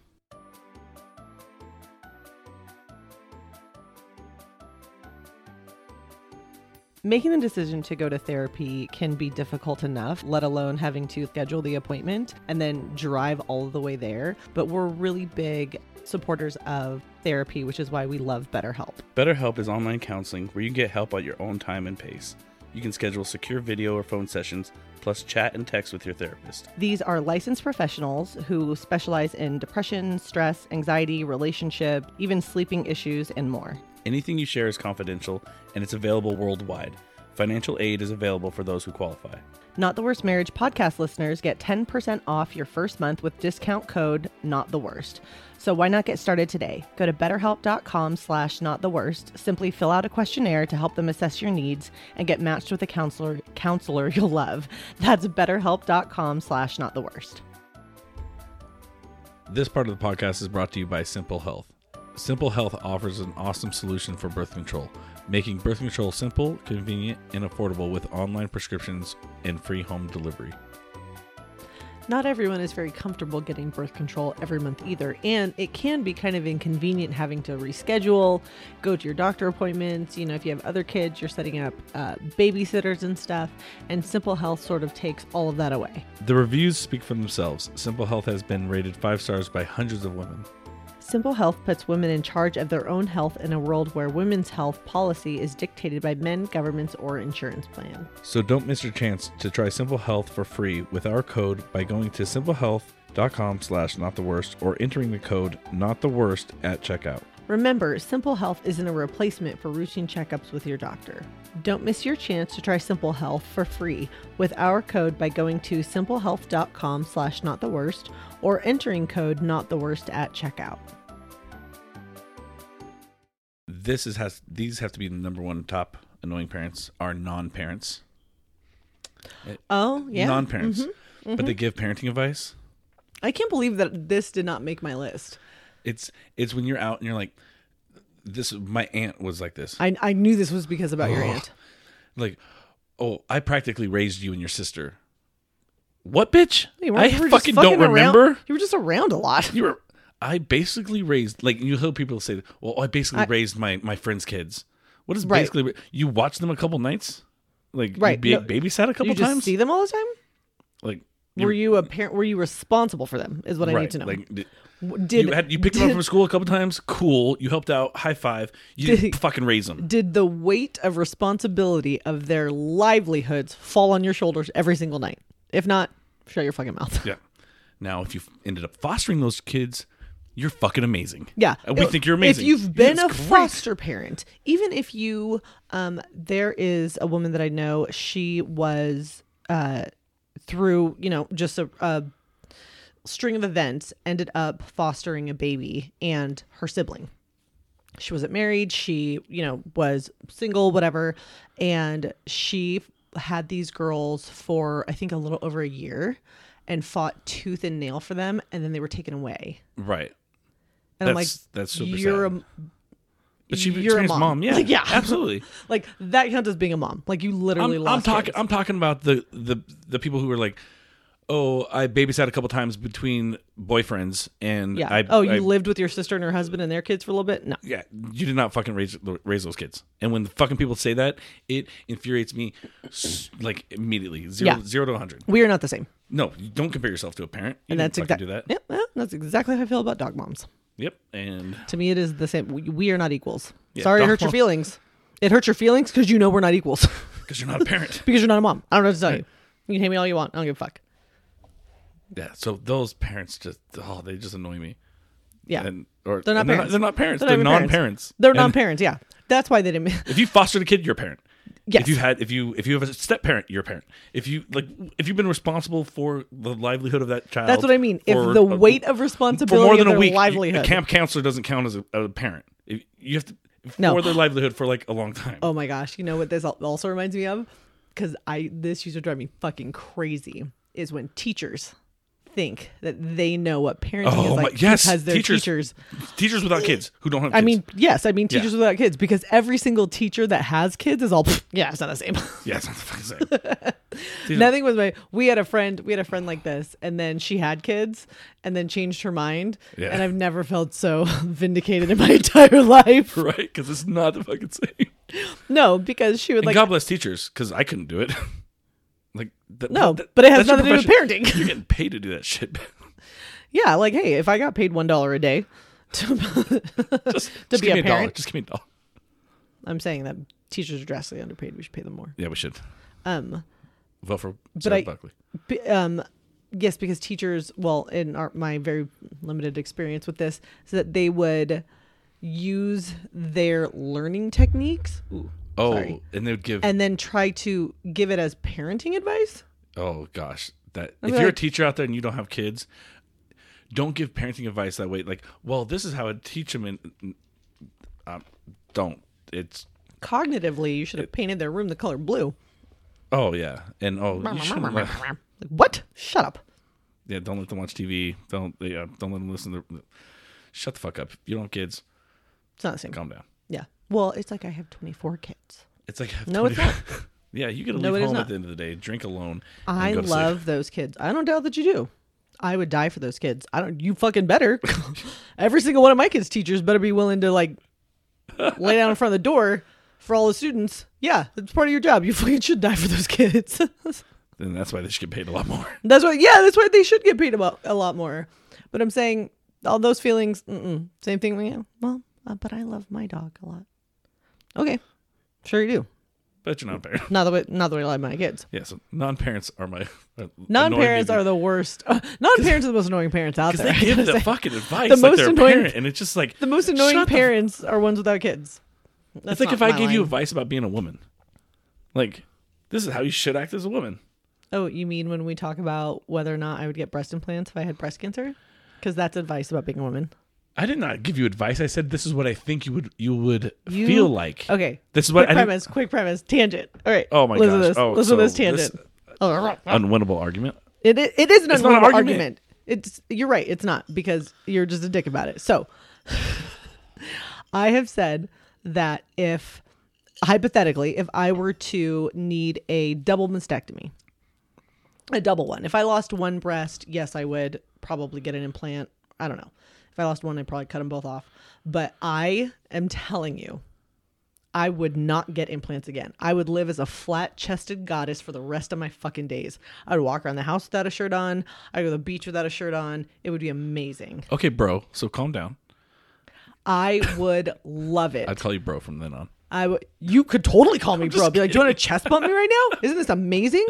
Making the decision to go to therapy can be difficult enough, let alone having to schedule the appointment and then drive all the way there. But we're really big supporters of therapy, which is why we love BetterHelp.
BetterHelp is online counseling where you can get help at your own time and pace. You can schedule secure video or phone sessions, plus chat and text with your therapist.
These are licensed professionals who specialize in depression, stress, anxiety, relationship, even sleeping issues, and more.
Anything you share is confidential and it's available worldwide. Financial aid is available for those who qualify.
Not the Worst Marriage podcast listeners get 10% off your first month with discount code not the worst. So why not get started today? Go to betterhelp.com slash not the worst. Simply fill out a questionnaire to help them assess your needs and get matched with a counselor counselor you'll love. That's betterhelp.com slash not the worst.
This part of the podcast is brought to you by Simple Health. Simple Health offers an awesome solution for birth control, making birth control simple, convenient, and affordable with online prescriptions and free home delivery.
Not everyone is very comfortable getting birth control every month either, and it can be kind of inconvenient having to reschedule, go to your doctor appointments. You know, if you have other kids, you're setting up uh, babysitters and stuff, and Simple Health sort of takes all of that away.
The reviews speak for themselves. Simple Health has been rated five stars by hundreds of women.
Simple Health puts women in charge of their own health in a world where women's health policy is dictated by men, governments, or insurance plans.
So don't miss your chance to try Simple Health for free with our code by going to simplehealth.com slash not the worst or entering the code not the worst at checkout.
Remember, Simple Health isn't a replacement for routine checkups with your doctor. Don't miss your chance to try Simple Health for free with our code by going to simplehealth.com slash not the worst or entering code not the worst at checkout.
This is has these have to be the number one top annoying parents are non parents.
Oh, yeah. Mm-hmm.
Non parents. But they give parenting advice.
I can't believe that this did not make my list.
It's it's when you're out and you're like this my aunt was like this.
I, I knew this was because about your aunt.
Like, oh, I practically raised you and your sister. What bitch?
Hey, weren't-
I
you were
fucking,
just
don't
around-
remember.
You were just around a lot.
you were I basically raised like you hear people say, "Well, I basically raised my my friends' kids." What is
Right.
basically ra- you watch them a couple nights, like
Right,
you be,
no,
babysat a couple
You just
times,
see them all the time?
like
Were you a parent? Were you responsible for them? Is what I
right,
need to know.
Like d-
W- did
you had you picked them up from school a couple times. Cool, you helped out. High five. You didn't fucking raise them.
did the weight of responsibility of their livelihoods fall on your shoulders every single night? If not, shut your fucking mouth.
Yeah. Now, if you ended up fostering those kids, you're fucking amazing.
Yeah.
and Uh, we
If-
think you're amazing.
If you've been
It's
a
great.
foster parent, even if you, um, there is a woman that I know, she was uh, through, you know, just a, a string of events, ended up fostering a baby and her sibling. she wasn't married she you know was single whatever and she f- had these girls for i think a little over a year and fought tooth and nail for them and then they were taken away
right,
and i'm like
That's- that's super
you're
sad."
a
but she
you're a
experienced
mom.
mom. Yeah,
Like, yeah.
absolutely.
like that counts as being a mom like you literally
I'm,
lost
I'm talking.
kids.
I'm talking about the the the people who were like, "Oh, I babysat a couple times between boyfriends, and
yeah
I
oh you
I-
lived with your sister and her husband and their kids for a little bit no
yeah, you did not fucking raise raise those kids." And when the fucking people say that, it infuriates me s- like immediately zero
Yeah.
zero to a hundred.
we are not the same
No, you don't compare yourself to a parent. You
and that's
didn't fucking
exactly
do that.
yeah, yeah, that's exactly how i feel about dog moms
Yep, and
To me, it is the same. We, we are not equals.
Yeah,
Sorry, it
dog
hurt your
mom.
feelings. It hurt your feelings because you know we're not equals
because you're not a parent.
because you're not a mom. I don't know what to tell you. You can hate me all you want. I don't give a fuck.
yeah, so those parents just oh they just annoy me.
Yeah,
And or
They're not
and
parents.
They're not parents.
They're
They're,
not even parents.
non-parents.
they're
And
non-parents. Yeah, that's why they didn't.
If you fostered a kid, you're a parent.
Yes.
If you had, if you, if you have a step parent, you're a parent. If you like, if you've been responsible for the livelihood of that child,
That's what I mean. If
for
the
a-
weight of
for
responsibility
more than
of
a
their
week, you-
livelihood.
a camp counselor doesn't count as a, a parent. If you have to
No.
for their livelihood for like a long time.
Oh my gosh, you know what this al- also reminds me of? Because I this used to drive me fucking crazy is when teachers think that they know what parenting
Oh
is
my-
like
yes,
because they're
teachers.
teachers.
Teachers without kids who don't have.
Eh, I
kids.
mean, yes, I mean
Yeah.
teachers without kids because every single teacher that has kids is all "Pfft, yeah, it's not the same.
yeah, it's not the fucking same. Yeah.
Nothing was my. We had a friend. We had a friend like this, and then she had kids, and then changed her mind.
Yeah.
And I've never felt so vindicated in my entire life.
right? Because it's not the fucking same.
No, because she would
And
like
God bless teachers, because I couldn't do it. like that,
No, but it has
that's your
nothing to do with
profession.
parenting.
You're getting paid to do that shit.
yeah, like hey, if I got paid one dollar a day to
just
To
just
be
give
a
me a dollar.
parent.
Just give me a dollar.
I'm saying that teachers are drastically underpaid. We should pay them more.
Yeah, we should.
Um,
Well, for
But
Sarah
I-
Buckley.
b- um, yes, because teachers, well, in our, my very limited experience with this, is that they would use their learning techniques ooh,
Oh,
sorry.
and they would give.
and then try to give it as parenting advice.
oh gosh, that
I'd
if
be
you're a
like-
teacher out there and you don't have kids, don't give parenting advice that way. Like, well, this is how I teach them, and um, don't. It's
Cognitively, you should have painted their room the color blue.
oh yeah, and oh you shouldn't. let-
Like, what? Shut up.
yeah, don't let them watch TV. Don't yeah, don't let them listen to. Shut the fuck up. You don't have kids.
It's not the same.
Calm down.
Yeah. Well, it's like I have 24 kids.
It's like have
No, it's
20 yeah, you get to
No,
leave
it is
home
not.
at the end of the day, drink alone. and
I
go to
love
Sleep.
those kids. I don't doubt that you do. I would die for those kids. I don't. You fucking better. Every single one of my kids' teachers better be willing to like lay down in front of the door for all the students. Yeah, it's part of your job. You fucking should die for those kids.
And that's why they should get paid a lot more.
that's why. Yeah, that's why they should get paid about a lot more. But I'm saying all those feelings. Mm-mm, same thing. We well, uh, but I love my dog a lot. Okay, sure you do.
But you're not a parent.
Not the way. Not the way I love my kids.
Yeah, so non-parents are my
Non-parents are the worst. non-parents are the most annoying parents out
because
there.
they
I
give
gotta
the
say.
fucking advice
the
like
most
they're a
annoying-
parent, and it's just like
The most annoying
Shut the
parents are ones without kids. That's
It's like
not
if I
my
gave you
line.
advice about being a woman, like this is how you should act as a woman.
Oh, you mean when we talk about whether or not I would get breast implants if I had breast cancer? Because that's advice about being a woman.
I did not give you advice. I said this is what I think you would you would
You-
feel like.
Okay.
This is what
Quick
I didn't-
premise. Quick premise. Tangent. All right.
Oh my
Listen
gosh.
To this.
Oh,
Listen to this
so this-
tangent. Oh,
unwinnable argument.
It, it, it is an
not an
unwinnable
argument.
argument. It's you're right. It's not because you're just a dick about it. So I have said that if hypothetically, if I were to need a double mastectomy, a double one. If I lost one breast, yes, I would probably get an implant. I don't know. If I lost one, I'd probably cut them both off. But I am telling you, I would not get implants again. I would live as a flat chested goddess for the rest of my fucking days. I would walk around the house without a shirt on. I'd go to the beach without a shirt on. It would be amazing.
Okay, bro. So calm down.
I would love it.
I'd call you bro from then on.
I would. You could totally call me bro. Be like, do you want to chest bump me right now? Isn't this amazing?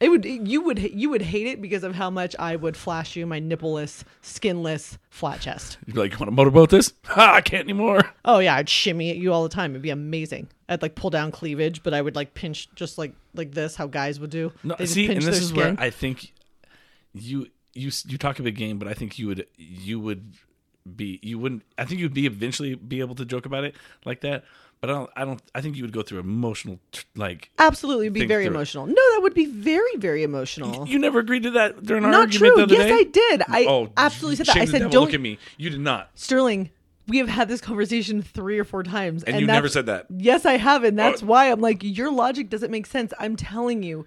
It would. You would. You would hate it because of how much I would flash you my nippleless, skinless, flat chest.
You'd be like, you want to motorboat this? Ha, I can't anymore.
Oh yeah, I'd shimmy at you all the time. It'd be amazing. I'd like pull down cleavage, but I would like pinch just like like this, how guys would do.
No,
They just
see, and
pinch
this
their
is where
skin.
I think you you you talk a big game, but I think you would you would be you wouldn't. I think you'd be eventually be able to joke about it like that. But I don't. I don't. I think you would go through emotional tr- like.
absolutely be
think
very
through it.
emotional. No, that would be very very emotional.
You never agreed to that during our
Not
argument
true.
the
Yes,
other day.
I did. I
oh,
absolutely said that.
shame
I
the
said,
devil,
don't-
look at me. You did not,
Sterling, we have had this conversation three or four times,
and, you never
that's-
said that.
Yes, I have, and that's
Oh.
why I'm like, your logic doesn't make sense. I'm telling you,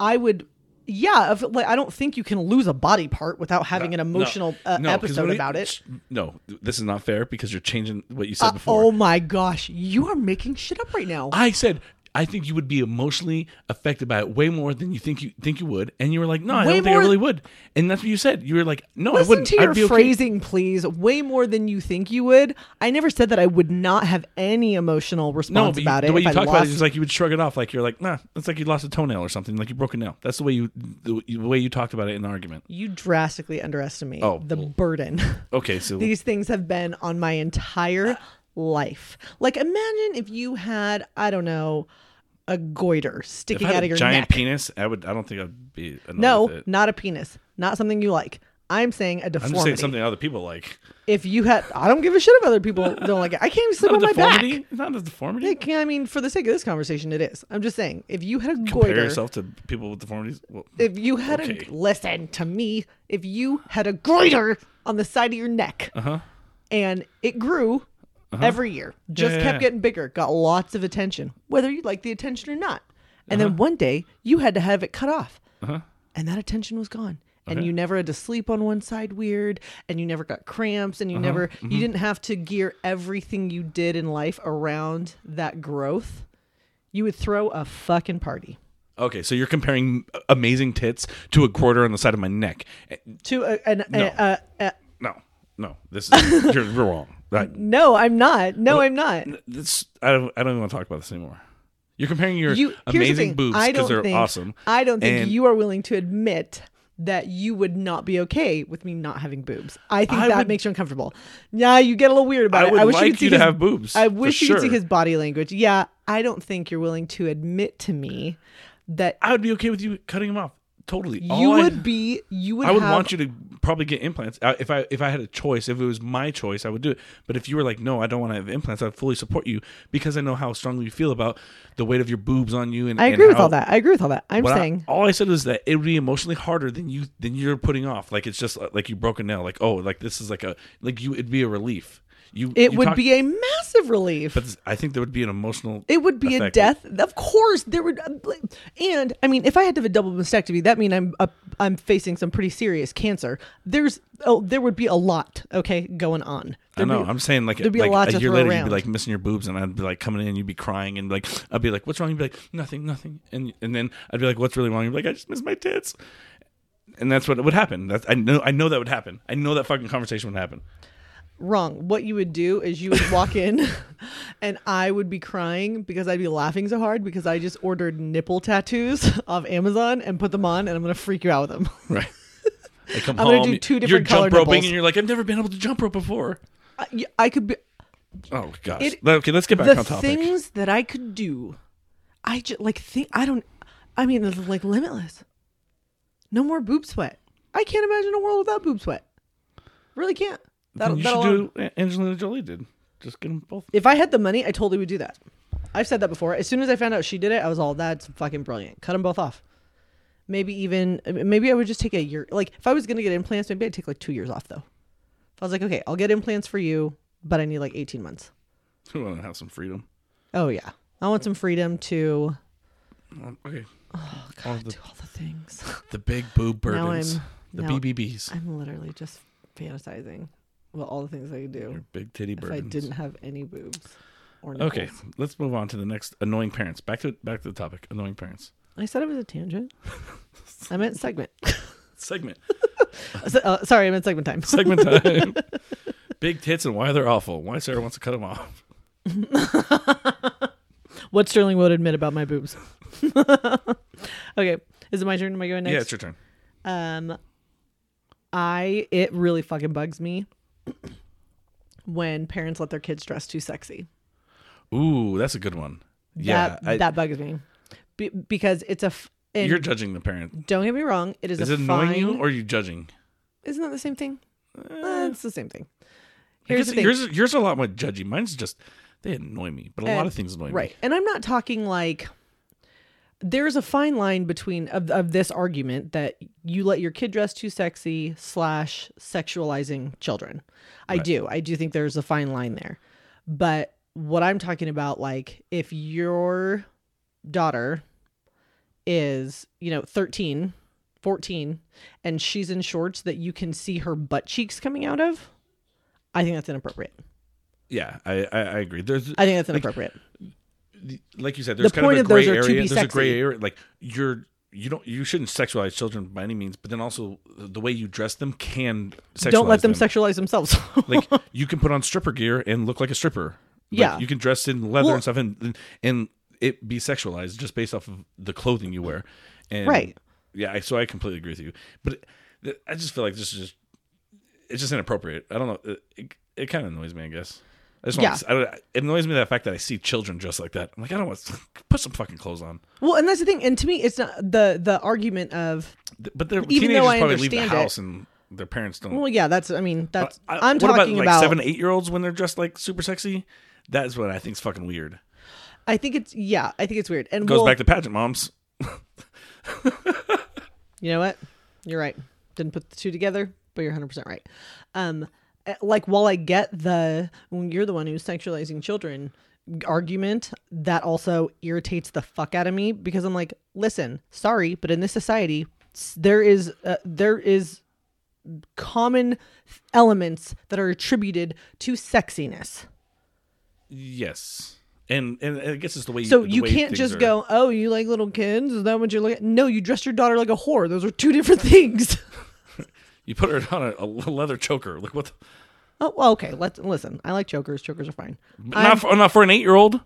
I would, yeah, if, like I don't think you can lose a body part without having an emotional
No,
uh,
no, 'cause
episode
when we-
about it.
sh- No, th- this is not fair because you're changing what you said before.
Oh my gosh, you are making shit up right now.
I said I think you would be emotionally affected by it way more than you think you think you would, and you were like, "No, I
Way
don't think I
more-
really would." And that's what you said. You were like, "No, I
Listen
wouldn't."
to your
I'd be okay."
phrasing, please. Way more than you think you would. I never said that I would not have any emotional
No,
response
but you-
about it.
the way
if
you
I
talk about it
lost-
is like you would shrug it off, like you're like, "Nah, it's like you lost a toenail or something, like you broke a nail." That's the way you the, the way you talked about it in the argument.
you drastically underestimate
Oh,
the
well.
burden.
Okay, so
these things have been on my entire life. Like, imagine if you had, I don't know, a goiter
If
sticking
I had
out
a
of your
giant
neck.
penis, I would. I don't think I'd be. annoyed with
no,
it.
not a penis. Not something you like. I'm saying a
I'm
deformity.
just saying something other people like.
If you had, I don't give a shit if other people don't like it. I can't even sleep
Not
on
a
my back.
deformity. Not a deformity.
It can- I mean, for the sake of this conversation, it is. I'm just saying, if you had a
Compare
goiter,
yourself to people with deformities. Well,
if you had
Okay.
a listen to me, if you had a goiter on the side of your neck,
Uh-huh.
and it grew every year, just
yeah,
kept
yeah.
getting bigger, got lots of attention, whether you liked the attention or not, and
Uh-huh.
then one day you had to have it cut off, and that attention was gone. And
Okay.
you never had to sleep on one side weird, and you never got cramps,
Uh-huh.
and you never,
Mm-hmm.
you didn't have to gear everything you did in life around that growth. You would throw a fucking party.
Okay, so you're comparing amazing tits to a quarter on the side of my neck. Eh,
to a, an, a-
No.
a- a-
No, no, this is you're, you're wrong. I,
no i'm not no i'm not
this I don't. I don't want to talk about this anymore. You're comparing your
you here's the
amazing
thing.
boobs
I
because
don't
they're
think,
awesome.
i don't think
and
you are willing to admit that you would not be okay with me not having boobs i think
I
that
would-
makes you uncomfortable yeah you get a little weird about
I
it
would
i wish
like
you could see
you to
his-
have boobs,
i
for
wish you could see
sure.
his body language yeah i don't think you're willing to admit to me that
I would be okay with you cutting them off. Totally.
you
All I-
would be you would
I would
have,
want you to probably get implants I- if I if I had a choice. If it was my choice, I would do it. But if you were like, no, I don't want to have implants, I fully support you because I know how strongly you feel about the weight of your boobs on you. And
i
and
agree with
how-
all that i agree with all that i'm
what I-
saying
all I said was that it would be emotionally harder than you than you're putting off. Like it's just uh, like you broke a nail. Like oh, like this is like a like you. It'd be a relief. You
it
you
would
talk-
be a massive relief
But I think there would be an emotional.
It would be a
effect.
death. Of course, there would. And I mean, if I had to have a double mastectomy, that mean I'm up I'm facing some pretty serious cancer. There's oh, there would be a lot. Okay, going on.
I
There'd
know.
be-
I'm saying like
there'd be
like,
a lot to
year
throw
later,
around.
you'd be like missing your boobs, and I'd be like coming in, you'd be crying, and like I'd be like, "What's wrong?" You'd be like, "Nothing, nothing," and and then I'd be like, "What's really wrong?" You'd be like, "I just miss my tits," and that's what would happen. That's I know I know that would happen. I know that fucking conversation would happen.
Wrong. What you would do is you would walk in, and I would be crying because I'd be laughing so hard because I just ordered nipple tattoos off Amazon and put them on, and I'm gonna freak you out with them.
Right. I come
I'm gonna
home.
do two
you're
different
jump
colored
roping,
nipples.
and you're like, "I've never been able to jump rope before."
I, I could be.
Oh gosh.
It-
okay, let's get back
the
on topic.
things that I could do, I just like think I don't. I mean, it's like limitless. No more boob sweat. I can't imagine a world without boob sweat. Really can't. That,
Then you
that'll- um,
should do what Angelina Jolie did. Just get them both.
If I had the money, I totally would do that. I've said that before. As soon as I found out she did it, I was all, "That's fucking brilliant." Cut them both off. Maybe even maybe I would just take a year. Like if I was gonna get implants, maybe I'd take like two years off though. If I was like, "Okay, I'll get implants for you, but I need like eighteen months."
Who want to have some freedom?
Oh yeah, I want some freedom to
Um, okay. All the,
do all the things.
the big boob
Oh, Now
burdens.
I'm-
The
now-
BBBs.
I'm literally just fantasizing about all the things I could do
Your big titty
if
burdens.
I didn't have any boobs or nipples.
Okay, let's move on to the next annoying parents. Back to back to the topic, annoying parents
I said it was a tangent. I meant segment.
segment.
So- uh, sorry, I meant segment time.
Segment time. Big tits and why they're awful. Why Sarah wants to cut them off.
What Sterling would admit about my boobs. okay, is it my turn? Am I going next?
Yeah, it's your turn.
Um, I it really fucking bugs me when parents let their kids dress too sexy.
Ooh, that's a good one. Yeah,
that,
I-
that bugs me Be- because it's a. F- and
you're judging the parent.
don't get me wrong, it is,
Is
a
it annoying
fine.
you or Eh. are you judging?
Isn't that the same thing? Uh, it's the same thing.
I
Here's
guess
the thing.
Yours, yours are a lot more judgy. Mine's just they annoy me, but a lot
And-
of things annoy
Uh, right.
me.
And I'm not talking like there's a fine line between of, of this argument that you let your kid dress too sexy slash sexualizing children. I do. I do think there's a fine line there. But what I'm talking about, like if your daughter is, you know, 13, 14, and she's in shorts that you can see her butt cheeks coming out of, I think that's inappropriate.
Yeah, I, I, I agree. There's
I think that's inappropriate.
the- like you said, there's kind
Uh, point
of a
of those
gray
are
area.
to be
There's a gray
sexy.
area. Like you're you don't you shouldn't sexualize children by any means, but then also the way you dress them can sexualize
don't let them, sexualize themselves.
like you can put on stripper gear and look like a stripper. Like,
Yeah.
you can dress in leather
Well-
and stuff and and it be sexualized just based off of the clothing you wear. And
Right.
Yeah, I, so I completely agree with you, but it, I just feel like this is just it's just inappropriate. I don't know. It, it, it kind of annoys me, I guess. I just want. Yeah. I, it annoys me that fact that I see children dressed like that. I'm like, I don't want to put some fucking clothes on.
Well, and that's the thing. And to me, it's not the the argument of
Th- But they're
Even
teenagers
though I
probably leave the
understand it-
house and their parents don't.
well, yeah. That's I mean that's
Uh, I-
I, am
what
talking
about,
about.
like seven, eight year olds when they're dressed like super sexy. That's what I think is fucking weird.
I think it's yeah. I think it's weird. And
Goes
we'll-
back to pageant moms.
You know what? You're right. Didn't put the two together, but you're 100% right. Um, eh, like, while I get the, when you're the one who's sexualizing children argument, that also irritates the fuck out of me because I'm like, listen, sorry, but in this society, s- there is, uh, there is common elements that are attributed to sexiness.
Yes, and and I guess it's the way.
So
the
you
way
can't
things
just
are-
go, oh, you like little kids? Is that what you're looking at? No, you dress your daughter like a whore. Those are two different things.
You put her on a, a leather choker. Like what? The,
Oh, well, okay. Let's listen. I like chokers. Chokers are fine.
not for, not for an eight year old.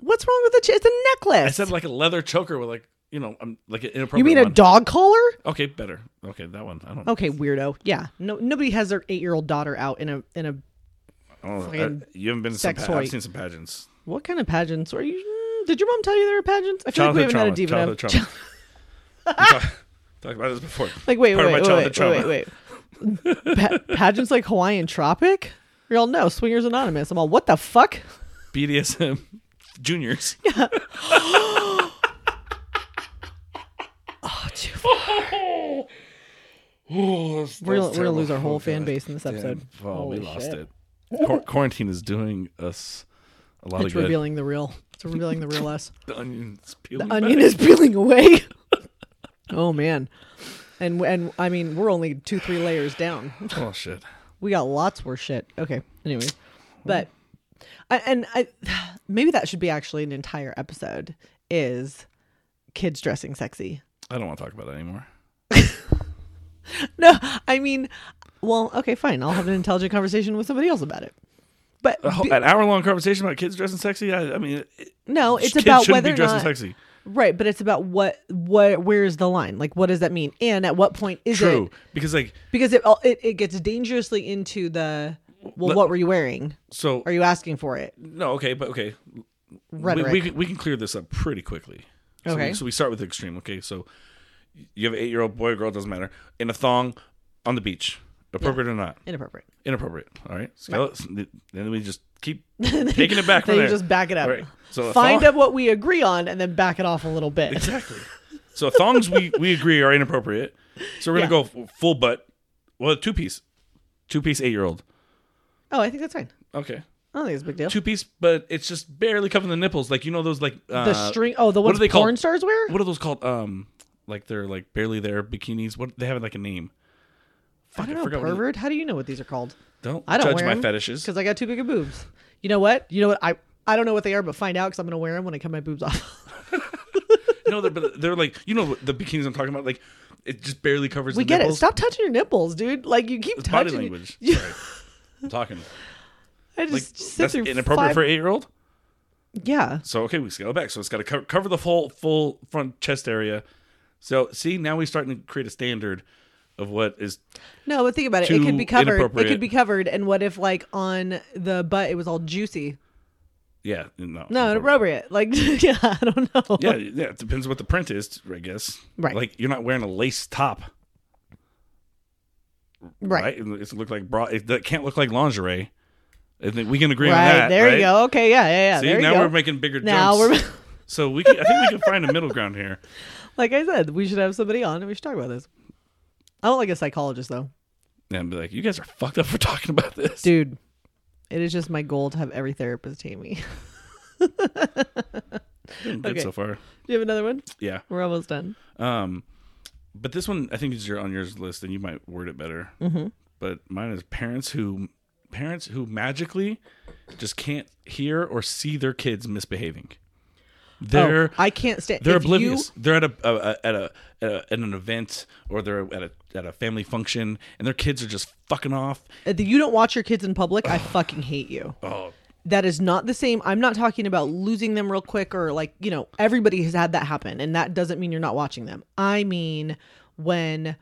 What's wrong with the? Ch- it's a
I
necklace.
said like a leather choker with like you know um, like an inappropriate.
you mean a
one.
dog collar?
Okay, better. Okay, that one. I don't.
Okay, weirdo. Yeah. No, nobody has their eight-year-old daughter out in a in a
I don't know.
fucking
I- you haven't been to some.
sex
Pa-
toy.
I've seen some pageants.
what kind of pageants are you? mm, Did your mom tell you there were pageants? I feel
Childhood
like we
trauma.
haven't had a
Childhood
deep
trauma.
enough.
We talk- Talked about this before.
Like wait,
Part of
wait,
my
wait, wait,
childhood
wait, wait, wait. Pa- pageants like Hawaiian Tropic? You're all no swingers anonymous. I'm all what the fuck?
BDSM juniors.
Oh, We're gonna, we're gonna lose our whole fan base in this episode.
Oh, we
Holy
lost
shit.
it. Quar- quarantine is doing us a lot
It's
of good.
revealing the real. It's revealing the real us.
The onions peeling.
the onion is peeling away. oh man, and and I mean we're only two three layers down.
Oh shit.
We got lots worse shit. Okay, anyway, but I, and I maybe that should be actually an entire episode is kids dressing sexy.
I don't want to talk about that anymore.
No, I mean, well, okay, fine. I'll have an intelligent conversation with somebody else about it. But
A whole,
be-
an hour long conversation about kids dressing sexy. I, I mean, it,
no, it's
kids
about
shouldn't
whether
be
or
dressing
not
sexy.
right, but it's about what what where's the line? Like, what does that mean? And at what point is it?
True, because like
because it all- it, it gets dangerously into the well
Let-
what were you wearing
so.
are you asking for it
no, okay, but okay. We,
rhetoric
we, can- we can clear this up pretty quickly. So we-
Okay.
So we start with the extreme. Okay, so you have an eight year old boy or girl doesn't matter in a thong on the beach, appropriate or not.
inappropriate
inappropriate. All right, so then we just keep taking it back from
then you
there.
just back it up
All right, so a
find
thong-
out what we agree on and then back it off a little bit
exactly. So thongs we we agree are inappropriate. So we're gonna
Yeah.
go f- full butt. Well, two piece, two piece eight year old.
oh i think that's fine
Okay,
i don't think it's a big deal
two piece, but it's just barely covering the nipples. Like you know those like uh,
the string oh the
what
ones
are they
porn
called?
stars wear
What are those called? Um, like they're like barely there bikinis. What they have like a name. Fuck,
i don't know
forgot what it-
pervert how do you know what these are called
Don't,
i don't
judge
wear
my
'em
fetishes.
because i got too big of boobs you know what you know what i i don't know what they are but find out because i'm gonna wear them when i cut my boobs off
no, they're, but they're like you know the bikinis I'm talking about. Like it just barely covers.
we
the
get it
nipples.
stop touching your nipples dude like you keep
It's
touching
body language.
you-
Sorry. I'm talking.
i just
Like
sit
that's
through
inappropriate
five-
for an eight year old.
yeah
So okay, we scale it back. So it's got to cover, cover the full full front chest area. So see, now we're starting to create a standard of what is.
No, but think about it. It
too
could be covered. It
inappropriate.
could be covered. And what if, like, on the butt, it was all juicy?
Yeah, no,
No, inappropriate. Like, yeah, I don't know.
Yeah, yeah. It depends what the print is, I guess.
Right.
Like you're not wearing a lace top,
right.
right? It- It's look like bra. It, it can't look like lingerie. I think we can agree on
Right,
that.
there
right?
you go. Okay, yeah, yeah, yeah.
See,
there you
now
go.
we're making bigger
Now
jumps.
we're-
so we, can, I think we can find a middle ground here.
like I said, we should have somebody on and we should talk about this. I don't like a psychologist though,
And be like, you guys are fucked up for talking about this.
dude. It is just my goal to have every therapist hate me.
Doing good
Okay.
so far.
Do you have another one?
Yeah.
We're almost done.
Um, but this one I think is your on yours list, and you might word it better.
Mm-hmm.
But mine is parents who parents who magically just can't hear or see their kids misbehaving. They're
oh, I can't stand.
they're
if you-
oblivious. They're at a, a, a at a, at a at an event or they're at a at a family function, and their kids are just fucking off.
If you don't watch your kids in public, I fucking hate you.
Oh,
that is not the same. I'm not talking about losing them real quick or like, you know, everybody has had that happen and that doesn't mean you're not watching them. I mean when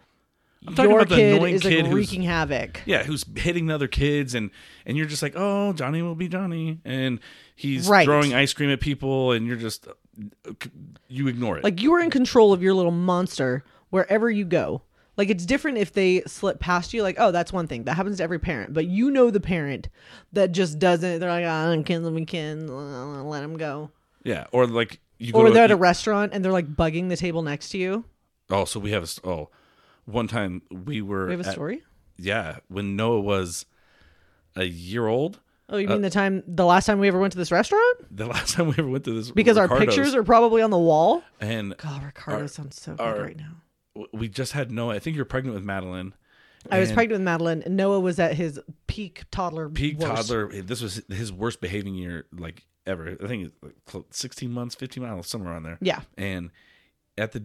I'm talking
your
about the
kid
annoying
is like
kid who's-
wreaking havoc.
Yeah, who's hitting the other kids and and you're just like, "Oh, Johnny will be Johnny." And he's
Right.
throwing ice cream at people and you're just uh, you ignore it.
Like you are in control of your little monster wherever you go. Like it's different if they slip past you. Like, oh, that's one thing that happens to every parent. But you know the parent that just doesn't. They're like, oh, kids, let me kids, let them go.
yeah, or like you go
Or
to
they're at
you-
a restaurant and they're like bugging the table next to you.
Oh, so we have a s- oh, one time we were
We have a
at-
story.
yeah, when Noah was a year old,
Oh, you mean the time, the last time we ever went to this restaurant?
the last time we ever went to this
Because our
Ricardo's,
pictures are probably on the wall.
and
God, Ricardo
Our-
sounds so
our-
good right now.
w- we just had Noah. I think you're pregnant with Madeline.
I was
and
pregnant with Madeline. and Noah was at his peak toddler.
Peak
worst.
toddler. eh, This was his worst behaving year like ever. I think it's like clo- 16 months, 15 miles, somewhere on there.
Yeah.
And at the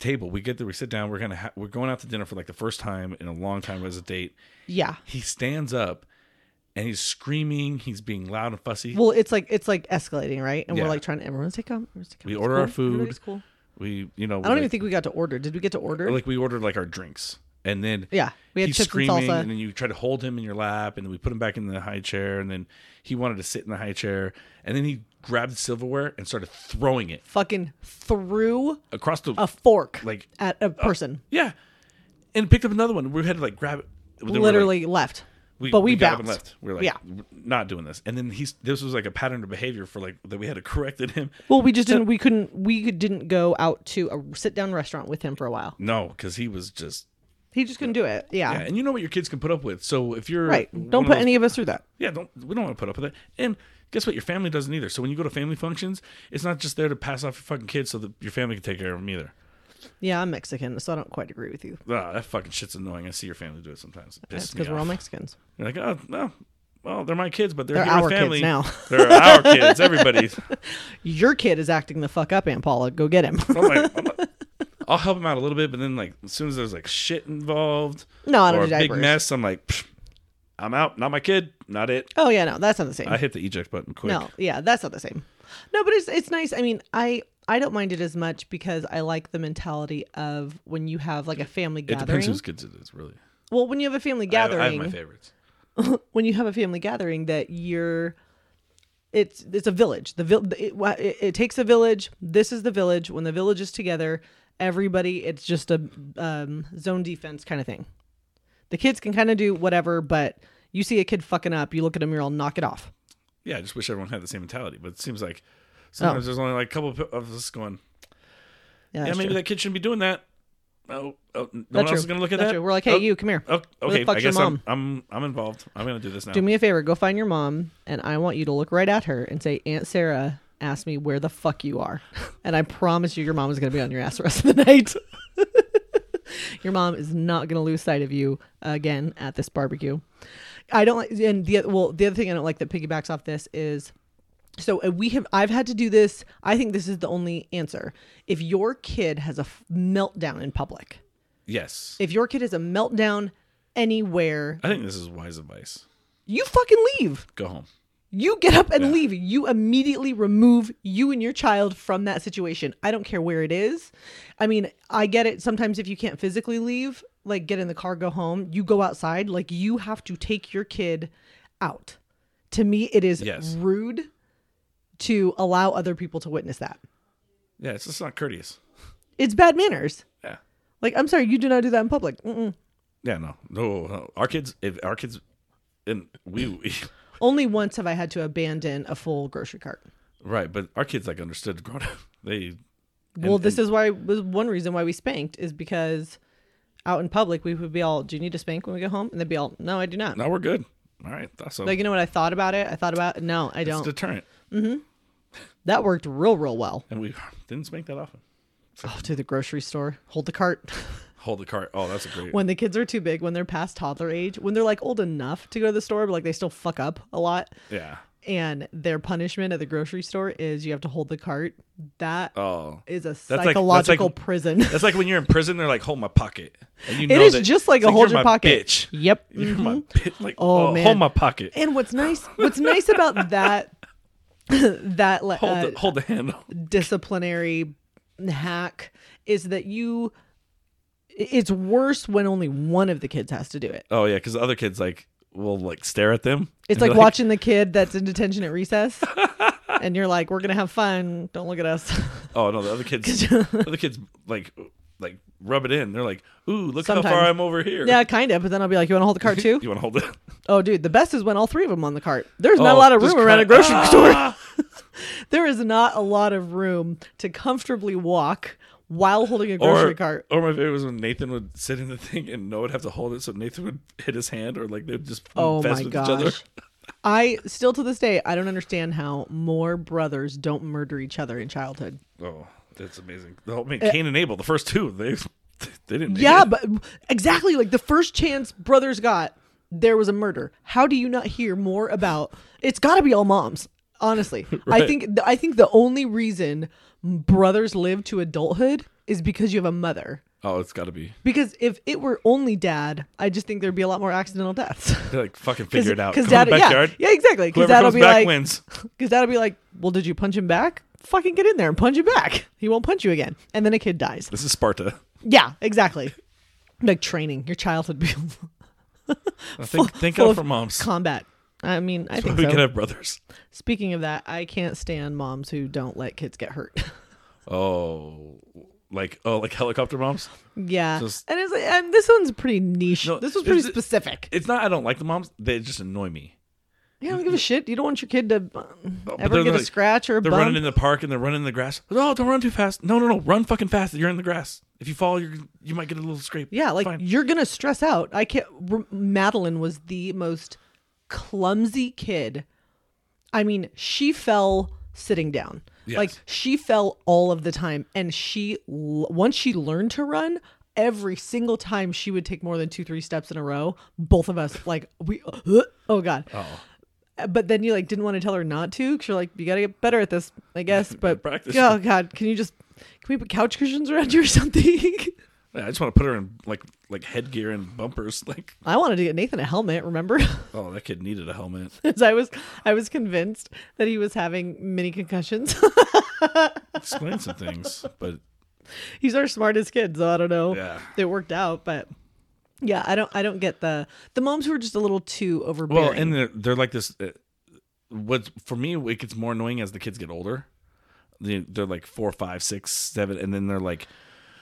table, we get there, we sit down, we're gonna ha- we're going out to dinner for like the first time in a long time as a date.
Yeah.
He stands up and he's screaming. He's being loud and fussy.
Well, it's like it's like escalating, right? And
Yeah.
we're like trying. to Everyone's take calm. Everyone's take calm.
We
It's
order
cool.
our food.
Everybody's cool.
we you know
I don't even think we got to order. Did we get to order?
like we ordered like our drinks and then
yeah, we had
he's
chips and
screaming
salsa.
and then you try to hold him in your lap and then we put him back in the high chair and then he wanted to sit in the high chair and then he grabbed silverware and started throwing it
Fucking threw
across the
a fork
like uh,
at a person.
yeah and picked up another one we had to like grab it Then we were, like,
Literally left. but we,
got up
bounced.
and left. We are like,
yeah.
"We're not doing this. And then he's this was like a pattern of behavior for like that we had to correct in him.
Well, we just didn't. We couldn't. We didn't go out to a sit down restaurant with him for a while.
No, because he was just
He just couldn't do it. Yeah.
yeah. And you know what your kids can put up with. So if you're
Right.
one
Don't
of
put
those
any of us through that.
Yeah, don't we don't want to put up with it. And guess what? Your family doesn't either. So when you go to family functions, it's not just there to pass off your fucking kids so that your family can take care of them either.
Yeah, I'm Mexican, so I don't quite agree with you.
Ah, that fucking shit's annoying. I see your family do it sometimes. It
That's
pisses
because
me
we're all
off.
Mexicans.
You're like, oh no, well they're my kids, but they're,
They're
here with
our kids
family
now.
they're our kids. Everybody's.
Your kid is acting the fuck up, Aunt Paula. Go get him.
I'm like, I'm like- I'll help them out a little bit, but then like as soon as there's like shit involved
No, I don't
or a
do
big
diapers.
mess, I'm like, "Psh, I'm out. Not my kid. Not it.
oh yeah, no, that's not the same.
I hit the eject button quick.
No, yeah, that's not the same. No, but it's it's nice. I mean, I I don't mind it as much because I like the mentality of when you have like a family
it
gathering.
depends whose kids it is, really.
well, when you have a family
I have-
gathering,
I have my favorites.
when you have a family gathering that you're it's it's a village the vil- it, wa- it, it takes a village this is the village when the village is together everybody it's just a um, zone defense kind of thing the kids can kind of do whatever but you see a kid fucking up you look at him you're all knock it off
yeah, I just wish everyone had the same mentality. But it seems like sometimes there's only like a couple of us going,
yeah,
yeah,
Oh. that's
maybe
true.
that kid shouldn't be doing that. Oh, oh no one
That's
else
true.
is gonna look at
That's
that.
true. we're like hey
Oh,
you come here
oh,
the
okay,
fuck's
I
your
guess
mom?
I'm, I'm I'm involved. I'm gonna do this now.
do me a favor go find your mom and i want you to look right at her and say aunt sarah asked me where the fuck you are and i promise you your mom is going to be on your ass the rest of the night your mom is not going to lose sight of you again at this barbecue i don't like and the well the other thing i don't like that piggybacks off this is so uh, we have i've had to do this i think this is the only answer if your kid has a f- meltdown in public
yes,
if your kid has a meltdown anywhere
I think this is wise advice.
you fucking leave
Go home.
you get up and
Yeah.
leave. You immediately remove you and your child from that situation. I don't care where it is. I mean, I get it. Sometimes if you can't physically leave, like get in the car, go home, you go outside. Like you have to take your kid out. To me, it is
Yes.
rude to allow other people to witness that.
Yeah, it's just not courteous.
It's bad manners.
Yeah,
Like, I'm sorry, you do not do that in public. Mm-mm.
yeah, no, no, no. Our kids, if our kids, and we, we
Only once have I had to abandon a full grocery cart.
right, but our kids like understood grown up. They
Well, this is why was one reason why we spanked is because out in public we would be all, "Do you need to spank when we get home?" And they'd be all, "No, I do not."
now we're good. All right, that's all.
Like you know what I thought about it? I thought about no, I
it's
don't.
deterrent,
that worked real, real well.
and we didn't spank that often.
Oh, to the grocery store, hold the cart.
Hold the cart. Oh, that's a great.
when the kids are too big, when they're past toddler age, when they're like old enough to go to the store, but like they still fuck up a lot,
Yeah.
and their punishment at the grocery store is you have to hold the cart. That is
Oh.
a
like- that's like-
psychological prison.
That's like when you're in prison. They're like, "Hold my pocket," and you know
it is
that-
just like
it's
a hold
"You're
your
my
pocket.
Bitch.
Yep.
You're my bitch. Like,
Oh,
oh,
man.
hold my pocket.
And what's nice, what's nice about that that like
Hold
uh,
the hold the handle.
disciplinary hack is that you It's worse when only one of the kids has to do it.
Oh yeah, because the other kids like will like stare at them.
It's
and be
like, watching the kid that's in detention at recess, and you're like, "We're gonna have fun. Don't look at us."
Oh no, the other kids. the other kids like like rub it in. They're like, ooh, look how far
Sometimes.
I'm over here.
yeah, kind of. But then I'll be like, "You want to hold the cart too?"
You want to hold it?
Oh, dude, the best is when all three of them on the cart. There's not a
Oh,
lot of
just
room around a
cut-
grocery
Ah!
store. There is not a lot of room to comfortably walk while holding a grocery
Or,
cart.
or my favorite was when Nathan would sit in the thing and Noah would have to hold it, so Nathan would hit his hand, or like they'd just
Oh
fest
my
with each other.
gosh. I still to this day I don't understand how more brothers don't murder each other in childhood.
Oh, that's amazing. The whole, I mean, Cain and Abel, the first two, they they didn't. make
Uh, Yeah,
it.
but exactly like the first chance brothers got, there was a murder. How do you not hear more about? It's got to be all moms. Honestly, I
Right.
think I think the only reason brothers live to adulthood is because you have a mother.
oh, it's got to be.
Because if it were only dad, I just think there'd be a lot more accidental deaths.
They like fucking figure it out.
Because
Come in
dad,
the
yeah,
backyard.
yeah, exactly. Because
Whoever
that'll
comes
be
back
like,
wins.
because that'll be like, well, did you punch him back? Fucking get in there and punch him back. He won't punch you again. And then a kid dies.
This is Sparta.
Yeah, exacly. Like training your childhood be-
Think, think
full
out
of
for moms.
combat. I mean, I think
we
so.
can have brothers.
Speaking of that, I can't stand moms who don't let kids get hurt.
Oh, like oh, like helicopter moms.
yeah,
Just-
and it's like, and this one's pretty niche.
No,
this was pretty
is it-
specific.
It's not. I don't like the moms. They just annoy me.
yeah, I don't give a shit. You don't want your kid to uh, ever
they're
get a
like-
scratch or a
They're
bump.
running in the park and they're running in the grass. No, don't run too fast. No, no, no, run fucking fast. You're in the grass. If you fall, you you might get a little scrape.
Yeah, like
Fine.
you're gonna stress out. I can't. R- Madeline was the most clumsy kid. I mean, she fell sitting down.
Yes.
Like she fell all of the time, and she l- once she learned to run. Every single time she would take more than two, three steps in a row, both of us like we, oh god. Uh, But then you like didn't want to tell her not to because you're like you gotta get better at this, I guess. But
Practice.
oh god, can you just can we put couch cushions around you or something?
Yeah, I just want to put her in like like headgear and bumpers. Like,
I wanted to get Nathan a helmet. Remember,
oh, that kid needed a helmet.
'Cause I was I was convinced that he was having mini concussions.
Explain some things, but
He's our smartest kid, so I don't know.
Yeah.
It worked out, but yeah, I don't I don't get the the moms who are just a little too overbearing.
Well, and they're, they're like this. Uh, what's for me, it gets more annoying as the kids get older. They, they're like four, five, six, seven, and then they're like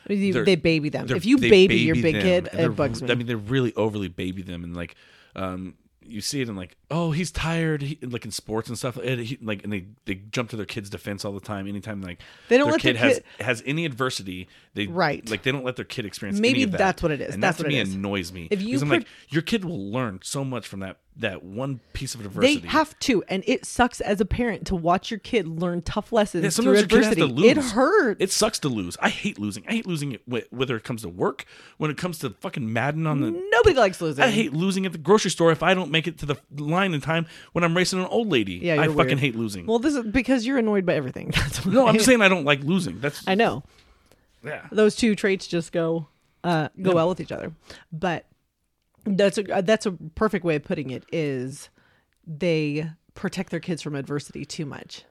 I mean, they,
they're-
they baby them.
they're-
If you
they
baby, your big
them,
kid,
and they're-
it bugs me.
I mean, they really overly baby them, and like, um, you see it in like, oh, he's tired, he, like in sports and stuff, and he, like, and they they jump to their kids' defense all the time. Anytime like
They don't
their
let their
kid
kid-
has has any adversity, they
Right.
like they don't let their kid experience.
Maybe
any of that.
that's what it is.
And
That's
that to
what it
me
is.
annoys me.
If you
'Cause I'm
pro-
like, your kid will learn so much from that that one piece of
they
adversity.
have to, and it sucks as a parent to watch your kid learn tough lessons
Yeah,
through
sometimes your kid has
adversity.
to lose.
It hurts.
It sucks to lose. I hate losing. I hate losing it wh- whether it comes to work, when it comes to fucking Madden on the.
Nobody likes losing.
I hate losing at the grocery store if I don't make it to the line in time when I'm racing an old lady.
Yeah,
I
you're
fucking
weird.
hate losing.
Well, this is because you're annoyed by everything. That's
no, I'm
why.
just saying I don't like losing. That's
I know.
yeah.
those two traits just go uh, go well with each other. But that's a uh, that's a perfect way of putting it is they protect their kids from adversity too much,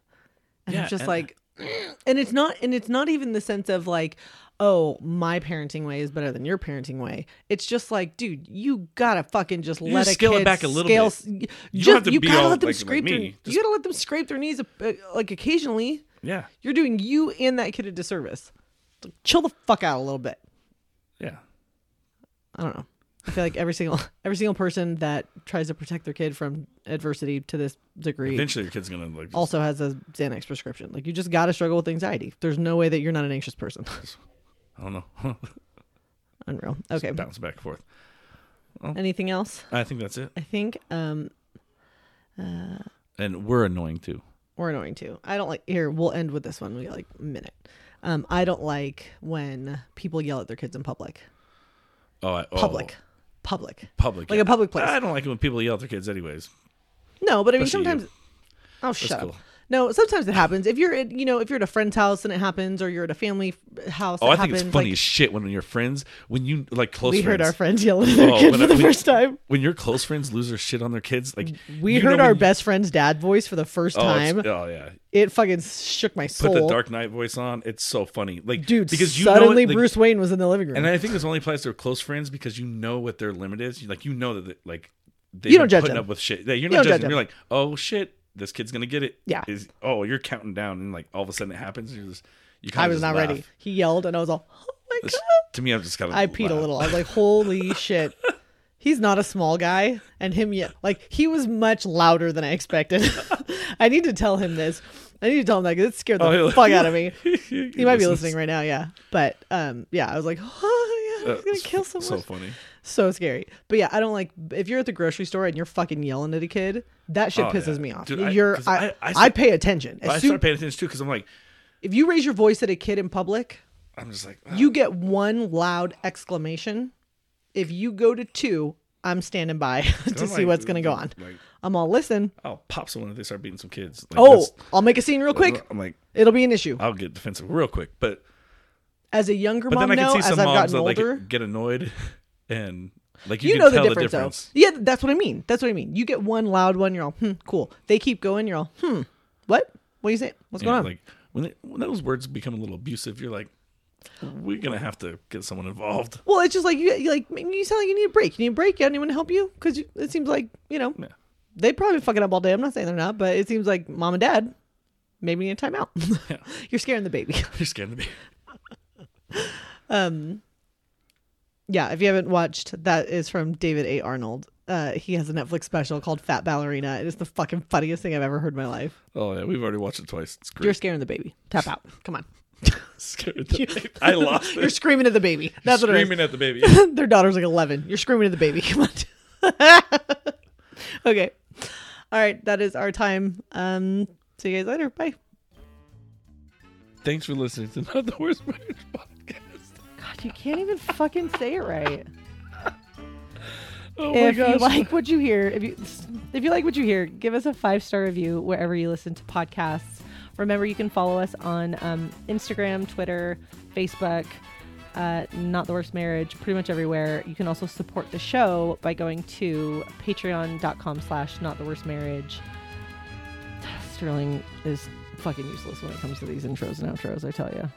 and
Yeah,
I'm just
and-
like, and it's not and it's not even the sense of like. Oh, my parenting way is better than your parenting way. It's just like, dude, you gotta fucking just let a
scale it
kid
back a little
scale,
bit.
You,
You don't
just,
have to
you
be
gotta
all
let them
like- like
scrape their,
me. Just-
you gotta let them scrape their knees uh, like occasionally.
Yeah.
You're doing you and that kid a disservice. So chill the fuck out a little bit.
Yeah.
I don't know. I feel like every single every single person that tries to protect their kid from adversity to this degree
Eventually your kid's going to like
also has a Xanax prescription. Like you just got to struggle with anxiety. There's no way that you're not an anxious person.
I don't know.
Unreal. Okay.
Bounce back and forth.
Anything else?
I think that's it.
I think um
And we're annoying too.
we're annoying too. I don't like here. We'll end with this one. We got like a minute. Um, I don't like when people yell at their kids in public.
Oh, I, oh
Public. Public.
Public.
Like
yeah.
a public place.
I don't like it when people yell at their kids anyways.
No, but I mean
Especially you.
sometimes. Oh, shut
cool.
up. No, sometimes it happens. If you're at, you know, if you're at a friend's house and it happens, or you're at a family f- house.
Oh,
it
I think
happens,
it's funny
like,
as shit when your friends, when you like close
we
friends,
heard our friends yelling at their
Oh,
kids
when
for the
I- we-
first time.
when your close friends lose their shit on their kids, like
We
you
heard
know when
our
you-
best friend's dad voice for the first
Oh, it's-
time.
oh yeah,
It fucking shook my
put
soul.
the Dark Knight voice on. It's so funny, like
Dude,
because you know it-
suddenly
like-
Bruce Wayne was in the living room.
And I think this only applies to close friends because you know what their limit is. You- Like you know that they- like they
You don't judge
putting
them.
up with shit. Yeah,
You
you're not
don't judge
judging. You're like, oh shit, this kid's gonna get it.
Yeah.
Is oh you're counting down and like all of a sudden it happens. You're just you kind
I
of
was not ready. He yelled, and I was all, "Oh my god!"
To me, I'm just kind of.
I peed a little. I was like, "Holy shit!" He's not a small guy, and him yet like he was much louder than I expected. I need to tell him this. I need to tell him that 'cause it scared the
Oh, he-
fuck out of me.
he,
He might be listening right now, yeah. But um, yeah, I was like, "Oh my god, he's gonna kill someone."
Uh, So funny.
so scary. But yeah, I don't like if you're at the grocery store and you're fucking yelling at a kid. That shit
Oh,
pisses
yeah.
me off.
Dude, I-
you're
'cause
I, I,
I- I start-
pay attention. As
I
soon-
started paying attention too because I'm like,
if you raise your voice at a kid in public,
I'm just like,
you get one loud exclamation. If you go to two, I'm standing by to
I'm
see
like,
what's gonna go on.
like-
I'm all listen.
I'll pop someone if they start beating some kids. Like,
Oh,
that's-
I'll make a scene real quick.
I'm like,
It'll be an issue.
I'll get defensive real quick, but
As a younger
but
mom
then I
now,
can see
as I've
some moms
gotten
that
older,
like get annoyed and like you,
you,
can
know the
tell
difference,
the difference.
though. Yeah, that's what I mean. That's what I mean. You get one loud one, you're all hmm, cool. They keep going, you're all hmm, what? What do you say? What's
Yeah,
going on?
Like when, it, when those words become a little abusive, you're like, we're gonna have to get someone involved.
Well, it's just like you, you like you sound like you need a break. You need a break. You got anyone to help you? Because it seems like you know
Yeah.
they probably fucking up all day. I'm not saying they're not, but it seems like mom and dad maybe need a timeout.
Yeah.
You're scaring the baby.
You're scared to be.
Um, yeah, if you haven't watched, that is from David A. Arnold. Uh, he has a Netflix special called Fat Ballerina. It is the fucking funniest thing I've ever heard in my life.
Oh yeah, we've already watched it twice. It's
You're
great.
scaring the baby. Tap out. Come on.
scared. to- I lost it.
You're screaming at the baby. That's what it is.
screaming at the baby.
Their daughter's like 11. You're screaming at the baby. Come on. okay. All right. That is our time. Um, see you guys later. Bye.
Thanks for listening to Not the Worst Writers podcast.
God, you can't even fucking say it right.
Oh
if
my gosh.
you like what you hear, if you if you like what you hear, give us a five star review wherever you listen to podcasts. Remember, you can follow us on um, Instagram, Twitter, Facebook. Uh, not the worst marriage pretty much everywhere you can also support the show by going to patreon.com slash not the worst marriage sterling is fucking useless when it comes to these intros and outros i tell you